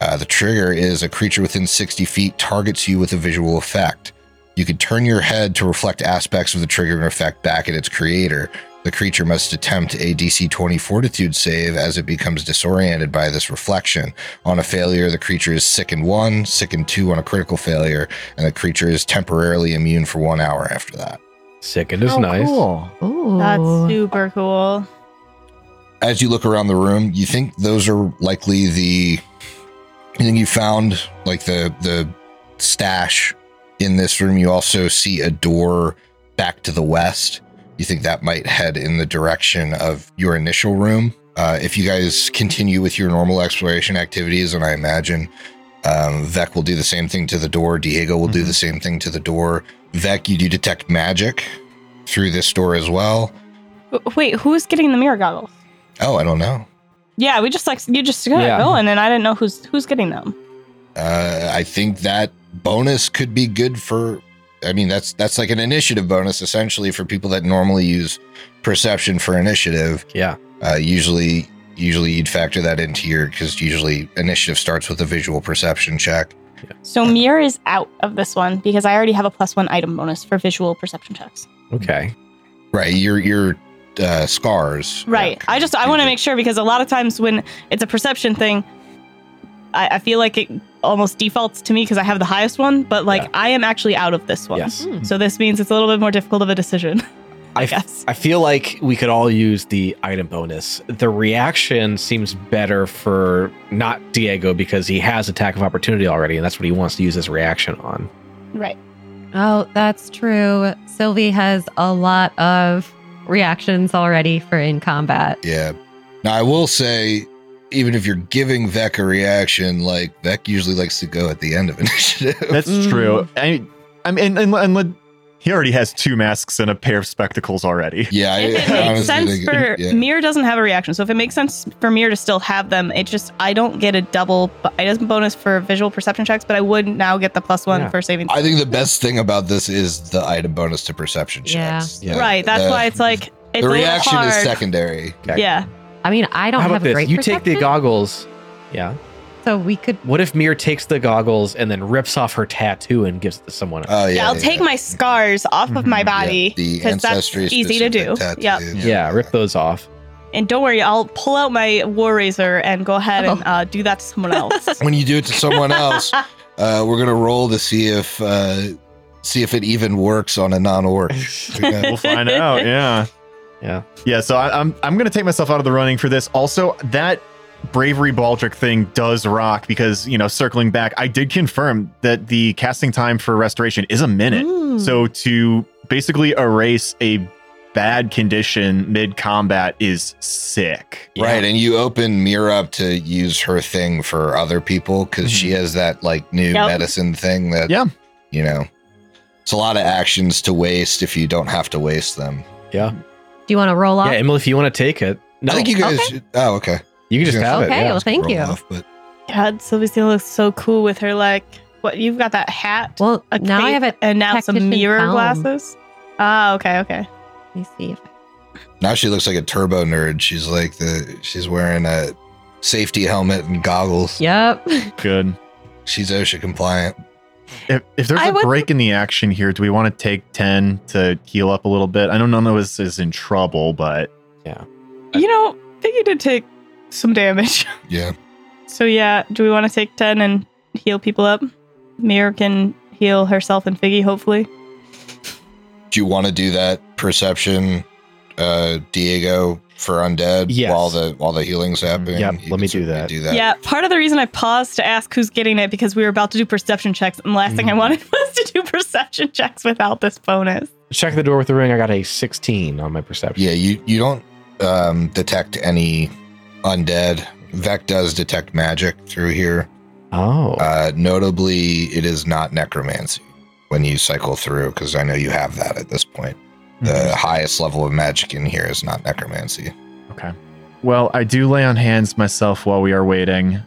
Uh, the trigger is a creature within 60 feet targets you with a visual effect. You can turn your head to reflect aspects of the triggering effect back at its creator. The creature must attempt a DC 20 fortitude save as it becomes disoriented by this reflection. On a failure, the creature is sick in one, sick in two on a critical failure, and the creature is temporarily immune for one hour after that. Sickened Oh, is nice. Ooh. That's super cool. As you look around the room, you think those are likely the. You think you found like the the stash in this room. You also see a door back to the west. You think that might head in the direction of your initial room. Uh, if you guys continue with your normal exploration activities, and I imagine um, Vec will do the same thing to the door, Diego will do Mhm. the same thing to the door. Vec, you do detect magic through this door as well. W- Wait, who's getting the mirror goggles? Oh, I don't know. Yeah, we just like you just got Yeah. going, and I didn't know who's who's getting them. Uh, I think that bonus could be good for. I mean, that's that's like an initiative bonus essentially for people that normally use perception for initiative. Yeah. Uh, usually, usually you'd factor that into your because usually initiative starts with a visual perception check. So mirror is out of this one because I already have a plus one item bonus for visual perception checks. Okay. Right, your your uh, scars. Right. I just I want to make sure because a lot of times when it's a perception thing, I, I feel like it almost defaults to me because I have the highest one, but like Yeah. I am actually out of this one. Yes. Mm. So this means it's a little bit more difficult of a decision. (laughs) I, I f- guess. I feel like we could all use the item bonus. The reaction seems better for not Diego because he has attack of opportunity already, and that's what he wants to use his reaction on. Right. Oh, that's true. Sylvie has a lot of reactions already for in combat. Yeah. Now I will say, even if you're giving Vec a reaction, like Vec usually likes to go at the end of (laughs) initiative. That's true. I, I mean, and, and, and he already has two masks and a pair of spectacles already. yeah. I- If I it makes honestly sense think- for yeah. Mir doesn't have a reaction, so if it makes sense for Mir to still have them, it just I don't get a double bo- item bonus for visual perception checks, but I would now get the plus one Yeah. for saving. I think the best thing about this is the item bonus to perception Yeah. checks. Yeah. right. That's the- why it's like it's uh, the a little reaction hard. is secondary. Yeah. I mean, I don't How about have a this? great You take the perception, goggles. Yeah. so we could What if Mir takes the goggles and then rips off her tattoo and gives it to someone else? Oh yeah. Yeah, I'll yeah, take yeah. Mm-hmm. my scars off of my Mhm. Yeah, body the because that's ancestry easy to do. specific Yeah, tattoos. yeah, rip those off. and don't worry, I'll pull out my war razor and go ahead Oh. and uh, do that to (laughs) someone else. When you do it to someone (laughs) else, uh, we're gonna roll to see if uh, see if it even works on a non-orc. We'll find out. Yeah. Yeah. Yeah. So I, I'm I'm gonna take myself out of the running for this. Also, that bravery Baldric thing does rock because you know, circling back, I did confirm that the casting time for restoration is a minute. Mm. So to basically erase a bad condition mid combat is sick. Right, and you open Mira up to use her thing for other people because she Mm-hmm. has that like new Yep. medicine thing that Yeah. you know. It's a lot of actions to waste if you don't have to waste them. Do you want to roll off? Yeah, Emily, if you want to take it. No, I think you guys. should- oh, okay. you can just Okay, have it. okay, yeah. well, thank Roll you. off, but God, Sylvie's gonna look so cool with her like what you've got that hat. Well, a now I cape, have it. and now some tactician mirror comb. glasses. Ah, okay, okay. Let me see. If Now she looks like a turbo nerd. She's like the she's wearing a safety helmet and goggles. yep. Good. She's OSHA compliant. If, if there's I a would- break in the action here, do we want to take ten to heal up a little bit? I know none of us is in trouble, but You know, I think you did take some damage. (laughs) Yeah. so yeah, do we want to take ten and heal people up? Mir can heal herself and Figgy, hopefully. Do you want to do that perception, uh, Diego, for undead Yes. while the while the healing's happening. Yep, You let can me do certainly that. Do that. Yeah, part of the reason I paused to ask who's getting it because we were about to do perception checks, and the last thing I Mm-hmm. Mm. wanted (laughs) was to do perception checks without this bonus. Check the door with the ring. I got a 16 on my perception. Yeah, you you don't um, detect any undead. Vec does detect magic through here. Oh. Uh, notably, it is not necromancy when you cycle through, because I know you have that at this point. Mm-hmm. The highest level of magic in here is not necromancy. Okay. Well, I do lay on hands myself while we are waiting,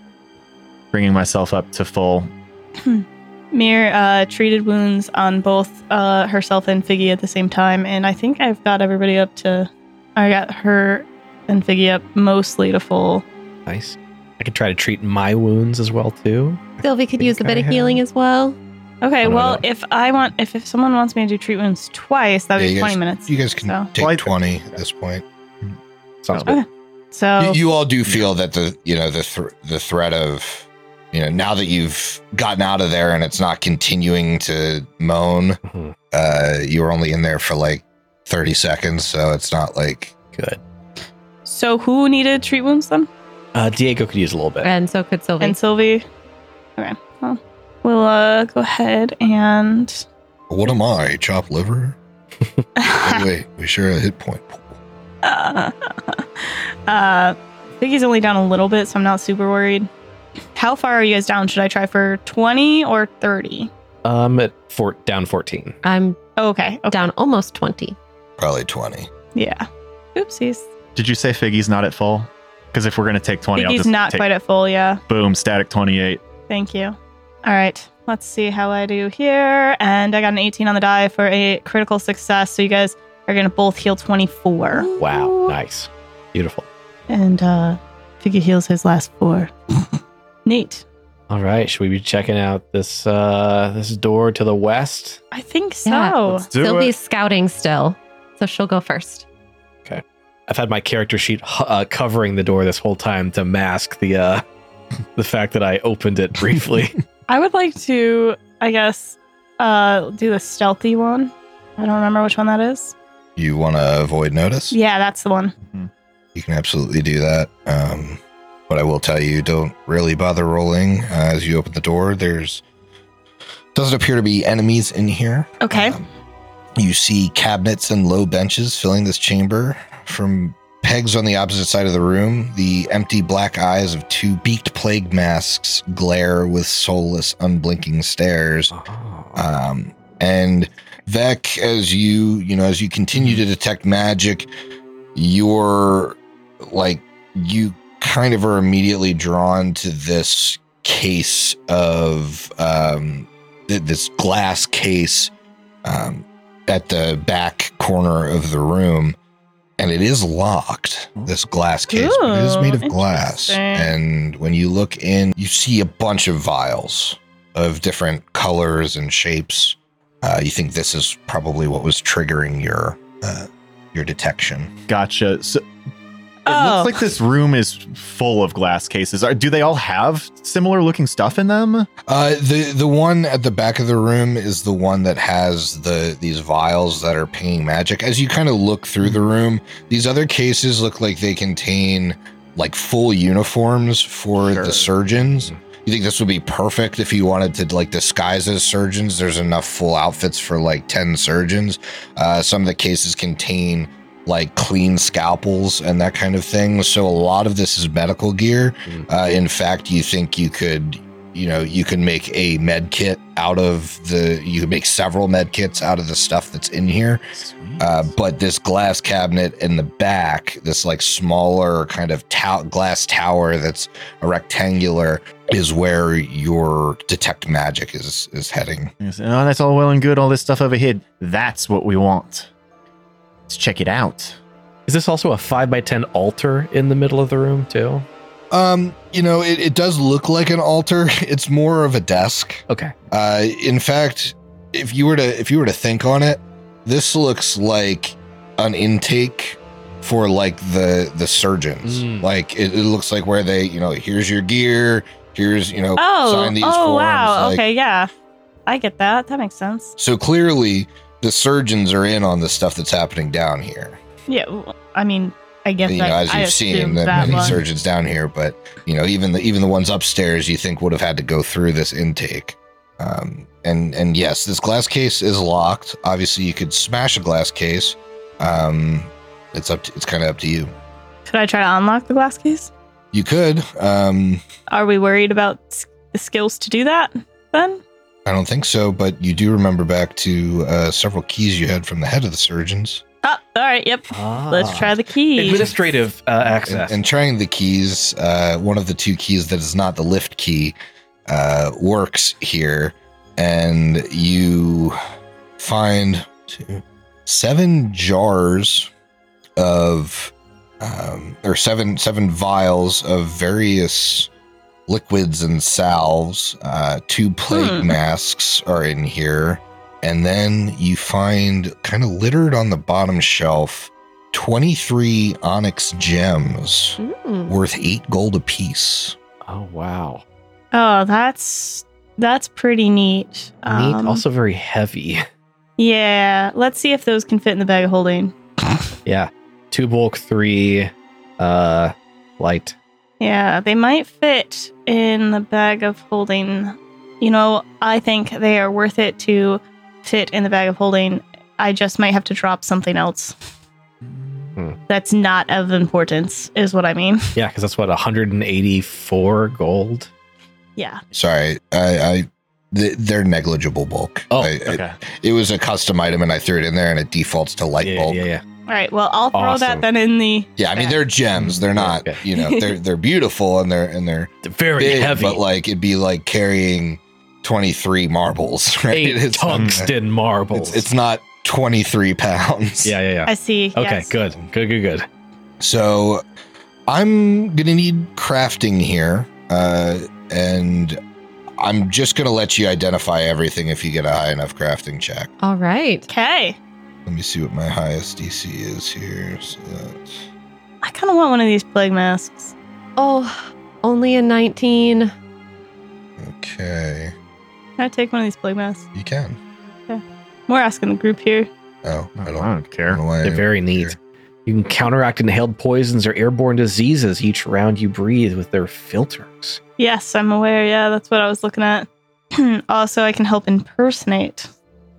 bringing myself up to full. Mir uh, treated wounds on both uh, herself and Figgy at the same time, and I think I've got everybody up to. I got her and Figgy up mostly to full. Nice. I could try to treat my wounds as well too. (laughs) Sylvie could think use a bit I of healing have- as well. Okay, Oh don't know. well, if I want, if, if someone wants me to do treat wounds twice, that would Yeah, be you 20 guys- minutes. You guys can So- take Well, I- twenty at this point. Sounds Okay. good. So, Oh. you, you all do feel that the you know the thr the threat of you know now that you've gotten out of there and it's not continuing to moan. Mm-hmm. Mhm. Uh, you were only in there for like thirty seconds, so it's not like Good. so who needed treat wounds then? Uh, Diego could use a little bit. And so could Sylvie. And Sylvie. Okay. Well, we'll uh, go ahead and. what am I chop (laughs) liver? Wait, wait, we share a hit point. pool. uh, Biggie's only down a little bit, so I'm not super worried. How far are you guys down? Should I try for 20 or 30? Um, at four, down 14. I'm Oh, Okay. okay. down almost 20. Probably twenty. Yeah. Oopsies. Did you say Figgy's not at full? Because if we're gonna take twenty, I'll Biggie's just not take, quite at full. Yeah. boom static twenty-eight. Thank you. All right. Let's see how I do here. And I got an 18 on the die for a critical success. So you guys are going to both heal 24. Wow. Nice. Beautiful. And uh, Figgy heals his last four. Neat. All right. Should we be checking out this uh this door to the west? I think so. Yeah. Do Sylvie's scouting still, so she'll go first. I've had my character sheet h- uh, covering the door this whole time to mask the uh (laughs) the fact that I opened (laughs) it briefly. I would like to, I guess, uh, do the stealthy one. I don't remember which one that is. You want to avoid notice? Yeah, that's the one. You can absolutely do that. Um, but I will tell you, don't really bother rolling uh, as you open the door. There's doesn't appear to be enemies in here. Okay. Um, you see cabinets and low benches filling this chamber. From pegs on the opposite side of the room, the empty black eyes of two beaked plague masks glare with soulless, unblinking stares. Um, and Vec, as you you know, as you continue to detect magic, you're like you kind of are immediately drawn to this case of um, th- this glass case um, at the back corner of the room. And it is locked, this glass case, but it is Ooh, made of glass. interesting. And when you look in, you see a bunch of vials of different colors and shapes. Uh, you think this is probably what was triggering your uh, your detection. Gotcha. So it Oh. looks like this room is full of glass cases. Are, do they all have similar looking stuff in them? Uh, the the one at the back of the room is the one that has the these vials that are pinging magic. As you kind of look through the room, these other cases look like they contain like full uniforms for Sure. the surgeons. You think this would be perfect if you wanted to like disguise as surgeons? There's enough full outfits for like ten surgeons. Uh, some of the cases contain like clean scalpels and that kind of thing. So a lot of this is medical gear. Mm. Uh, in fact, you think you could, you know, you can make a med kit out of the, you can make several med kits out of the stuff that's in here. Uh, but this glass cabinet in the back, this like smaller kind of tow- glass tower that's a rectangular, is where your detect magic is is heading. You say, oh, that's all well and good. All this stuff over here. That's what we want. Let's check it out. Is this also a five by ten altar in the middle of the room too? Um, you know, it, it does look like an altar. (laughs) It's more of a desk. Okay. Uh, in fact, if you were to if you were to think on it, this looks like an intake for like the the surgeons. Mm. Like it, it looks like where they you know here's your gear, here's you know oh, sign these oh forms. wow. like- okay, yeah. I get that. That makes sense. So clearly, the surgeons are in on the stuff that's happening down here. Yeah. w- I mean, I guess you know, I, as I you've seen assumed the that many one. surgeons down here, but you know, even the even the ones upstairs, you think would have had to go through this intake. Um, and and yes, this glass case is locked. Obviously, you could smash a glass case. Um, it's up. To, it's kind of up to you. Should I try to unlock the glass case? You could. Um, Are we worried about s- the skills to do that then? I don't think so, but you do remember back to uh, several keys you had from the head of the surgeons. Oh, all right. Yep. Let's try the keys. administrative uh, access. Ah. And, and trying the keys, uh, one of the two keys that is not the lift key, uh, works here, and you find two, seven jars of, um, or seven seven vials of various liquids and salves. Uh, two plague Hmm. masks are in here, and then you find kind of littered on the bottom shelf. 23 onyx gems Mm. worth eight gold apiece. oh wow, Oh, that's that's pretty neat. neat. Um, Also very heavy. yeah. Let's see if those can fit in the bag of holding. yeah, two bulk, three uh, light. Yeah, they might fit in the bag of holding. You know, I think they are worth it to fit in the bag of holding. I just might have to drop something else. Hmm. That's not of importance, is what I mean. (laughs) Yeah, because that's what 184 gold. Yeah. Sorry, I, I th- they're negligible bulk. Oh, I, okay. it, it was a custom item, and I threw it in there, and it defaults to light yeah, bulk. yeah, Yeah, yeah. All right. Well, I'll throw Awesome. that then in the. I mean they're gems. They're not, Okay. you know, they're they're beautiful and they're and they're Very big, heavy. but like it'd be like carrying twenty three marbles, (laughs) right? eight It's not- tungsten marbles. It's, it's not twenty three pounds. yeah, yeah, yeah. I see. Okay, yes. good, good, good, good. So I'm gonna need crafting here, uh, and I'm just gonna let you identify everything if you get a high enough crafting check. All right. Okay. Let me see what my highest DC is here. So that's I kind of want one of these plague masks. Oh, only a 19. okay. Can I take one of these plague masks? You can. We're asking the group here. Oh, I I don't, I don't don't care. know why. They're I- very neat. You can counteract inhaled poisons or airborne diseases each round you breathe with their filters. Yes, I'm aware. Yeah, that's what I was looking at. (clears throat) also, I can help impersonate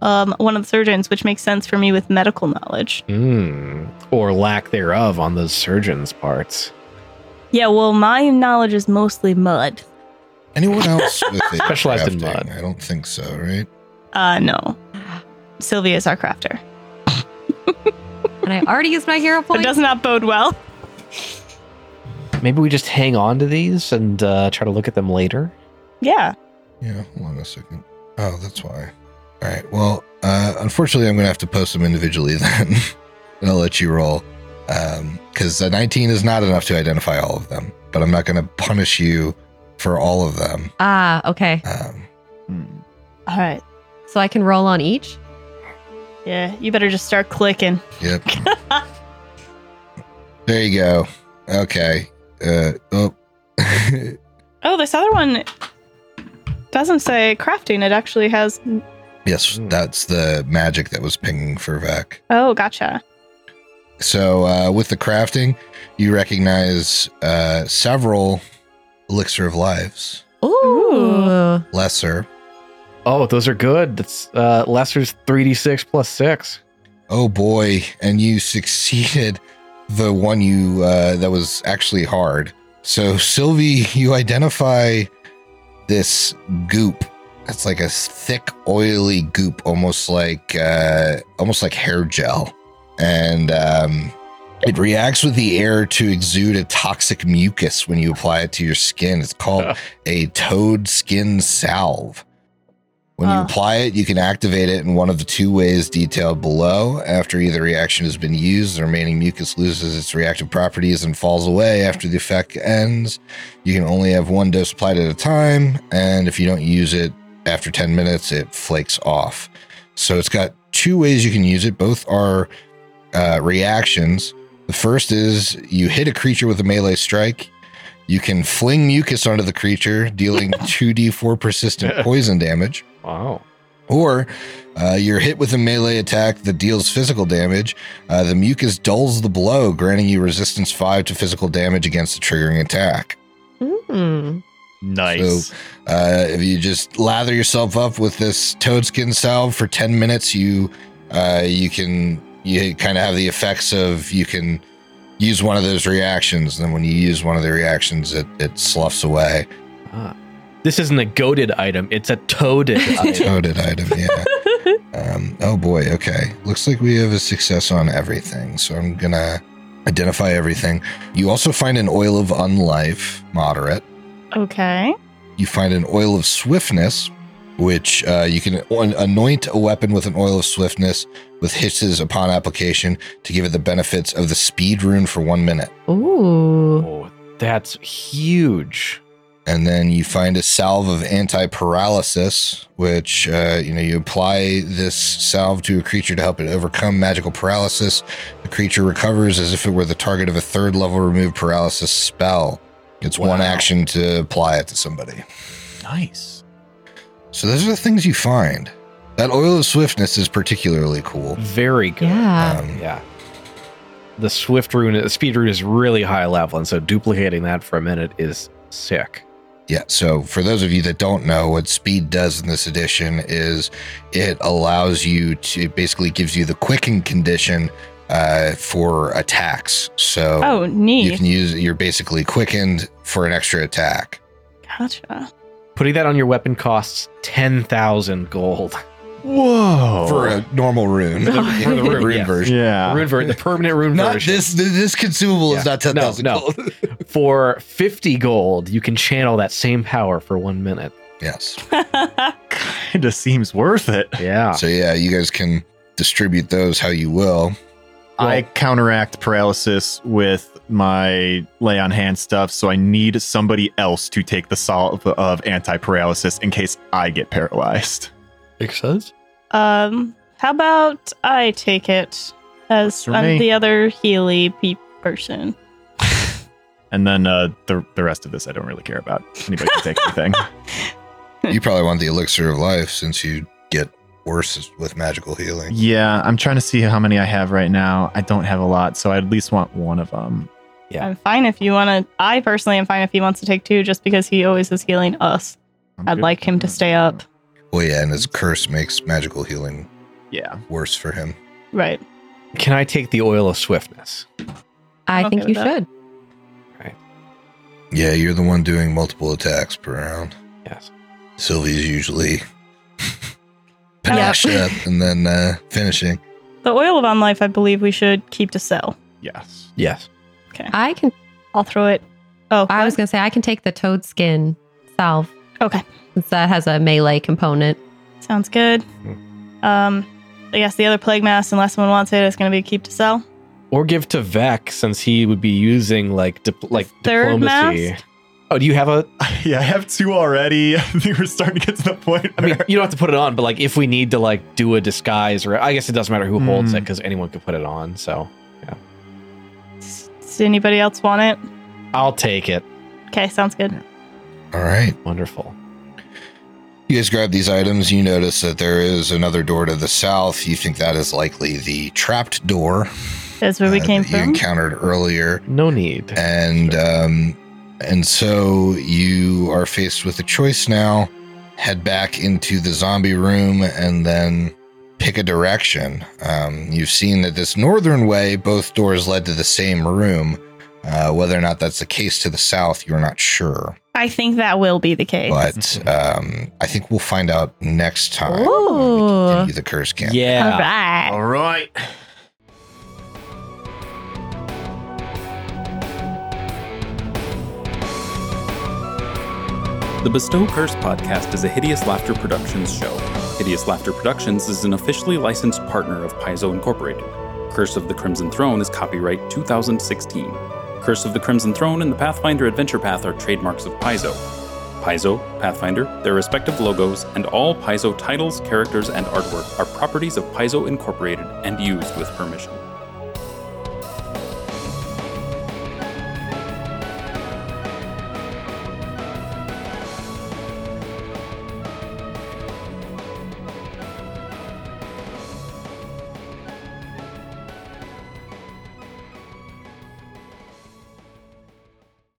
um, one of the surgeons, which makes sense for me with medical knowledge. Mm. Or lack thereof on the surgeon's parts. Yeah, well, my knowledge is mostly mud. Anyone else (laughs) with a Specialized in crafting? mud. I don't think so, right? Uh, no. Sylvia is our crafter. And I already used (laughs) my hero That point. does not bode well. Maybe we just hang on to these and uh, try to look at them later. Yeah. Yeah, hold on a second. Oh, that's why. All right. Well, uh, unfortunately, I'm going to have to post them individually (laughs) then. and I'll let you roll. Because a 19 is not enough to identify all of them, but I'm not going to punish you for all of them. Ah, okay. Um, Hmm. All right. So I can roll on each. Yeah, you better just start clicking. (laughs) yep. there you go. Okay. Uh, oh. (laughs) Oh, this other one doesn't say crafting. It actually has. yes, Hmm. that's the magic that was pinging for Vec. Oh, gotcha. So uh, with the crafting, you recognize uh, several elixir of lives, Ooh. Ooh. lesser. Oh, those are good. That's uh, Lester's 3d6 plus 6. Oh boy! And you (laughs) succeeded the one you uh, that was actually hard. So Sylvie, you identify this goop. That's like a thick, oily goop, almost like uh, almost like hair gel, and um, it reacts with the air to exude a toxic mucus when you apply it to your skin. It's called a toad skin salve. When you Ah. apply it, you can activate it in one of the two ways detailed below. After either reaction has been used, the remaining mucus loses its reactive properties and falls away after the effect ends. You can only have one dose applied at a time, and if you don't use it after 10 minutes, it flakes off. So it's got two ways you can use it. Both are uh, reactions. The first is you hit a creature with a melee strike. You can fling mucus onto the creature, dealing 2d4 persistent poison damage. Wow. Or uh, you're hit with a melee attack that deals physical damage. Uh, the mucus dulls the blow, granting you resistance five to physical damage against the triggering attack. Mm. Nice. So- Uh, if you just lather yourself up with this toad skin salve for 10 minutes, you uh, you can you kind of have the effects of you can use one of those reactions, and then when you use one of the reactions, it, it sloughs away. This isn't a goaded item; it's (laughs) a toaded item. Toaded item, yeah. Um, oh boy, okay. Looks like we have a success on everything, so I'm gonna identify everything. You also find an oil of unlife, moderate. Okay. you find an oil of swiftness, which uh, you can on- anoint a weapon with an oil of swiftness with hisses upon application to give it the benefits of the speed rune for one minute. Ooh. Oh, that's huge. And then you find a salve of anti paralysis, which, uh, you know, you apply this salve to a creature to help it overcome magical paralysis. The creature recovers as if it were the target of a third level remove paralysis spell. It's one Wow. action to apply it to somebody. nice. So those are the things you find. That oil of swiftness is particularly cool. Very good. Yeah. Um, Yeah. The swift rune, the speed rune is really high level, and so duplicating that for a minute is sick. yeah. So for those of you that don't know, what speed does in this edition is it allows you to it basically gives you the quicken condition uh, for attacks. So Oh, you neat. can use you're basically quickened for an extra attack. Gotcha. Putting that on your weapon costs ten thousand gold. Whoa. For a normal rune, For the- for the rune, rune yeah. version. yeah. rune ver- the permanent rune Ah. Not version. this. This consumable Yeah. is not ten thousand No, no. gold. (laughs) For fifty gold, you can channel that same power for one minute. yes. (laughs) kind of seems worth it. (laughs) Yeah. So yeah, you guys can distribute those how you will. I counteract paralysis with my lay on hand stuff, so I need somebody else to take the salve of anti paralysis in case I get paralyzed. Makes sense. um, how about I take it as For I'm me. the other Healy pe- person? And then uh, the the rest of this I don't really care about. Anybody can take (laughs) anything. you probably want the elixir of life since you get worse with magical healing. Yeah, I'm trying to see how many I have right now. I don't have a lot, so I at least want one of them. Yeah. I'm fine if you want to. I personally am fine if he wants to take two, just because he always is healing us. I'm I'd good. like him to stay up. Well, yeah, and his curse makes magical healing Yeah. worse for him. Right. Can I take the oil of swiftness? I okay think you with that. should. Yeah, you're the one doing multiple attacks per round. Yes. Sylvie's usually (laughs) panache Yep. up and then uh, finishing. The oil of unlife, I believe we should keep to sell. Yes. (laughs) Yes. I can. I'll throw it. Oh, I was gonna say I can take the toad skin salve okay. since that has a melee component. Sounds good. Um, I guess the other plague mask, unless someone wants it, is going to be keep to sell. Or give to Vec since he would be using like dip- like Third diplomacy. mask? Oh, do you have a Yeah, I have two already. (laughs) I think we're starting to get to the point. I mean, you don't have to put it on, but like if we need to like do a disguise, or I guess it doesn't matter who holds Hmm. it because anyone could put it on. So Does anybody else want it? I'll take it. Okay, sounds good. All right. Wonderful. You guys grab these items. You notice that there is another door to the south. You think that is likely the trapped door That's where we uh, came that you from. encountered earlier. No need. and um, and so you are faced with a choice now: head back into the zombie room and then pick a direction. Um, you've seen that this northern way, both doors led to the same room. Uh, whether or not that's the case to the south, you're not sure, I think that will be the case. but um, I think we'll find out next time. when we Ooh. continue the curse camp. yeah. All right. All right. The Bestow Curse podcast is a Hideous Laughter Productions show. Hideous Laughter Productions is an officially licensed partner of Paizo Incorporated. Curse of the Crimson Throne is copyright 2016. Curse of the Crimson Throne and the Pathfinder Adventure Path are trademarks of Paizo. Paizo, Pathfinder, their respective logos, and all Paizo titles, characters, and artwork are properties of Paizo Incorporated and used with permission.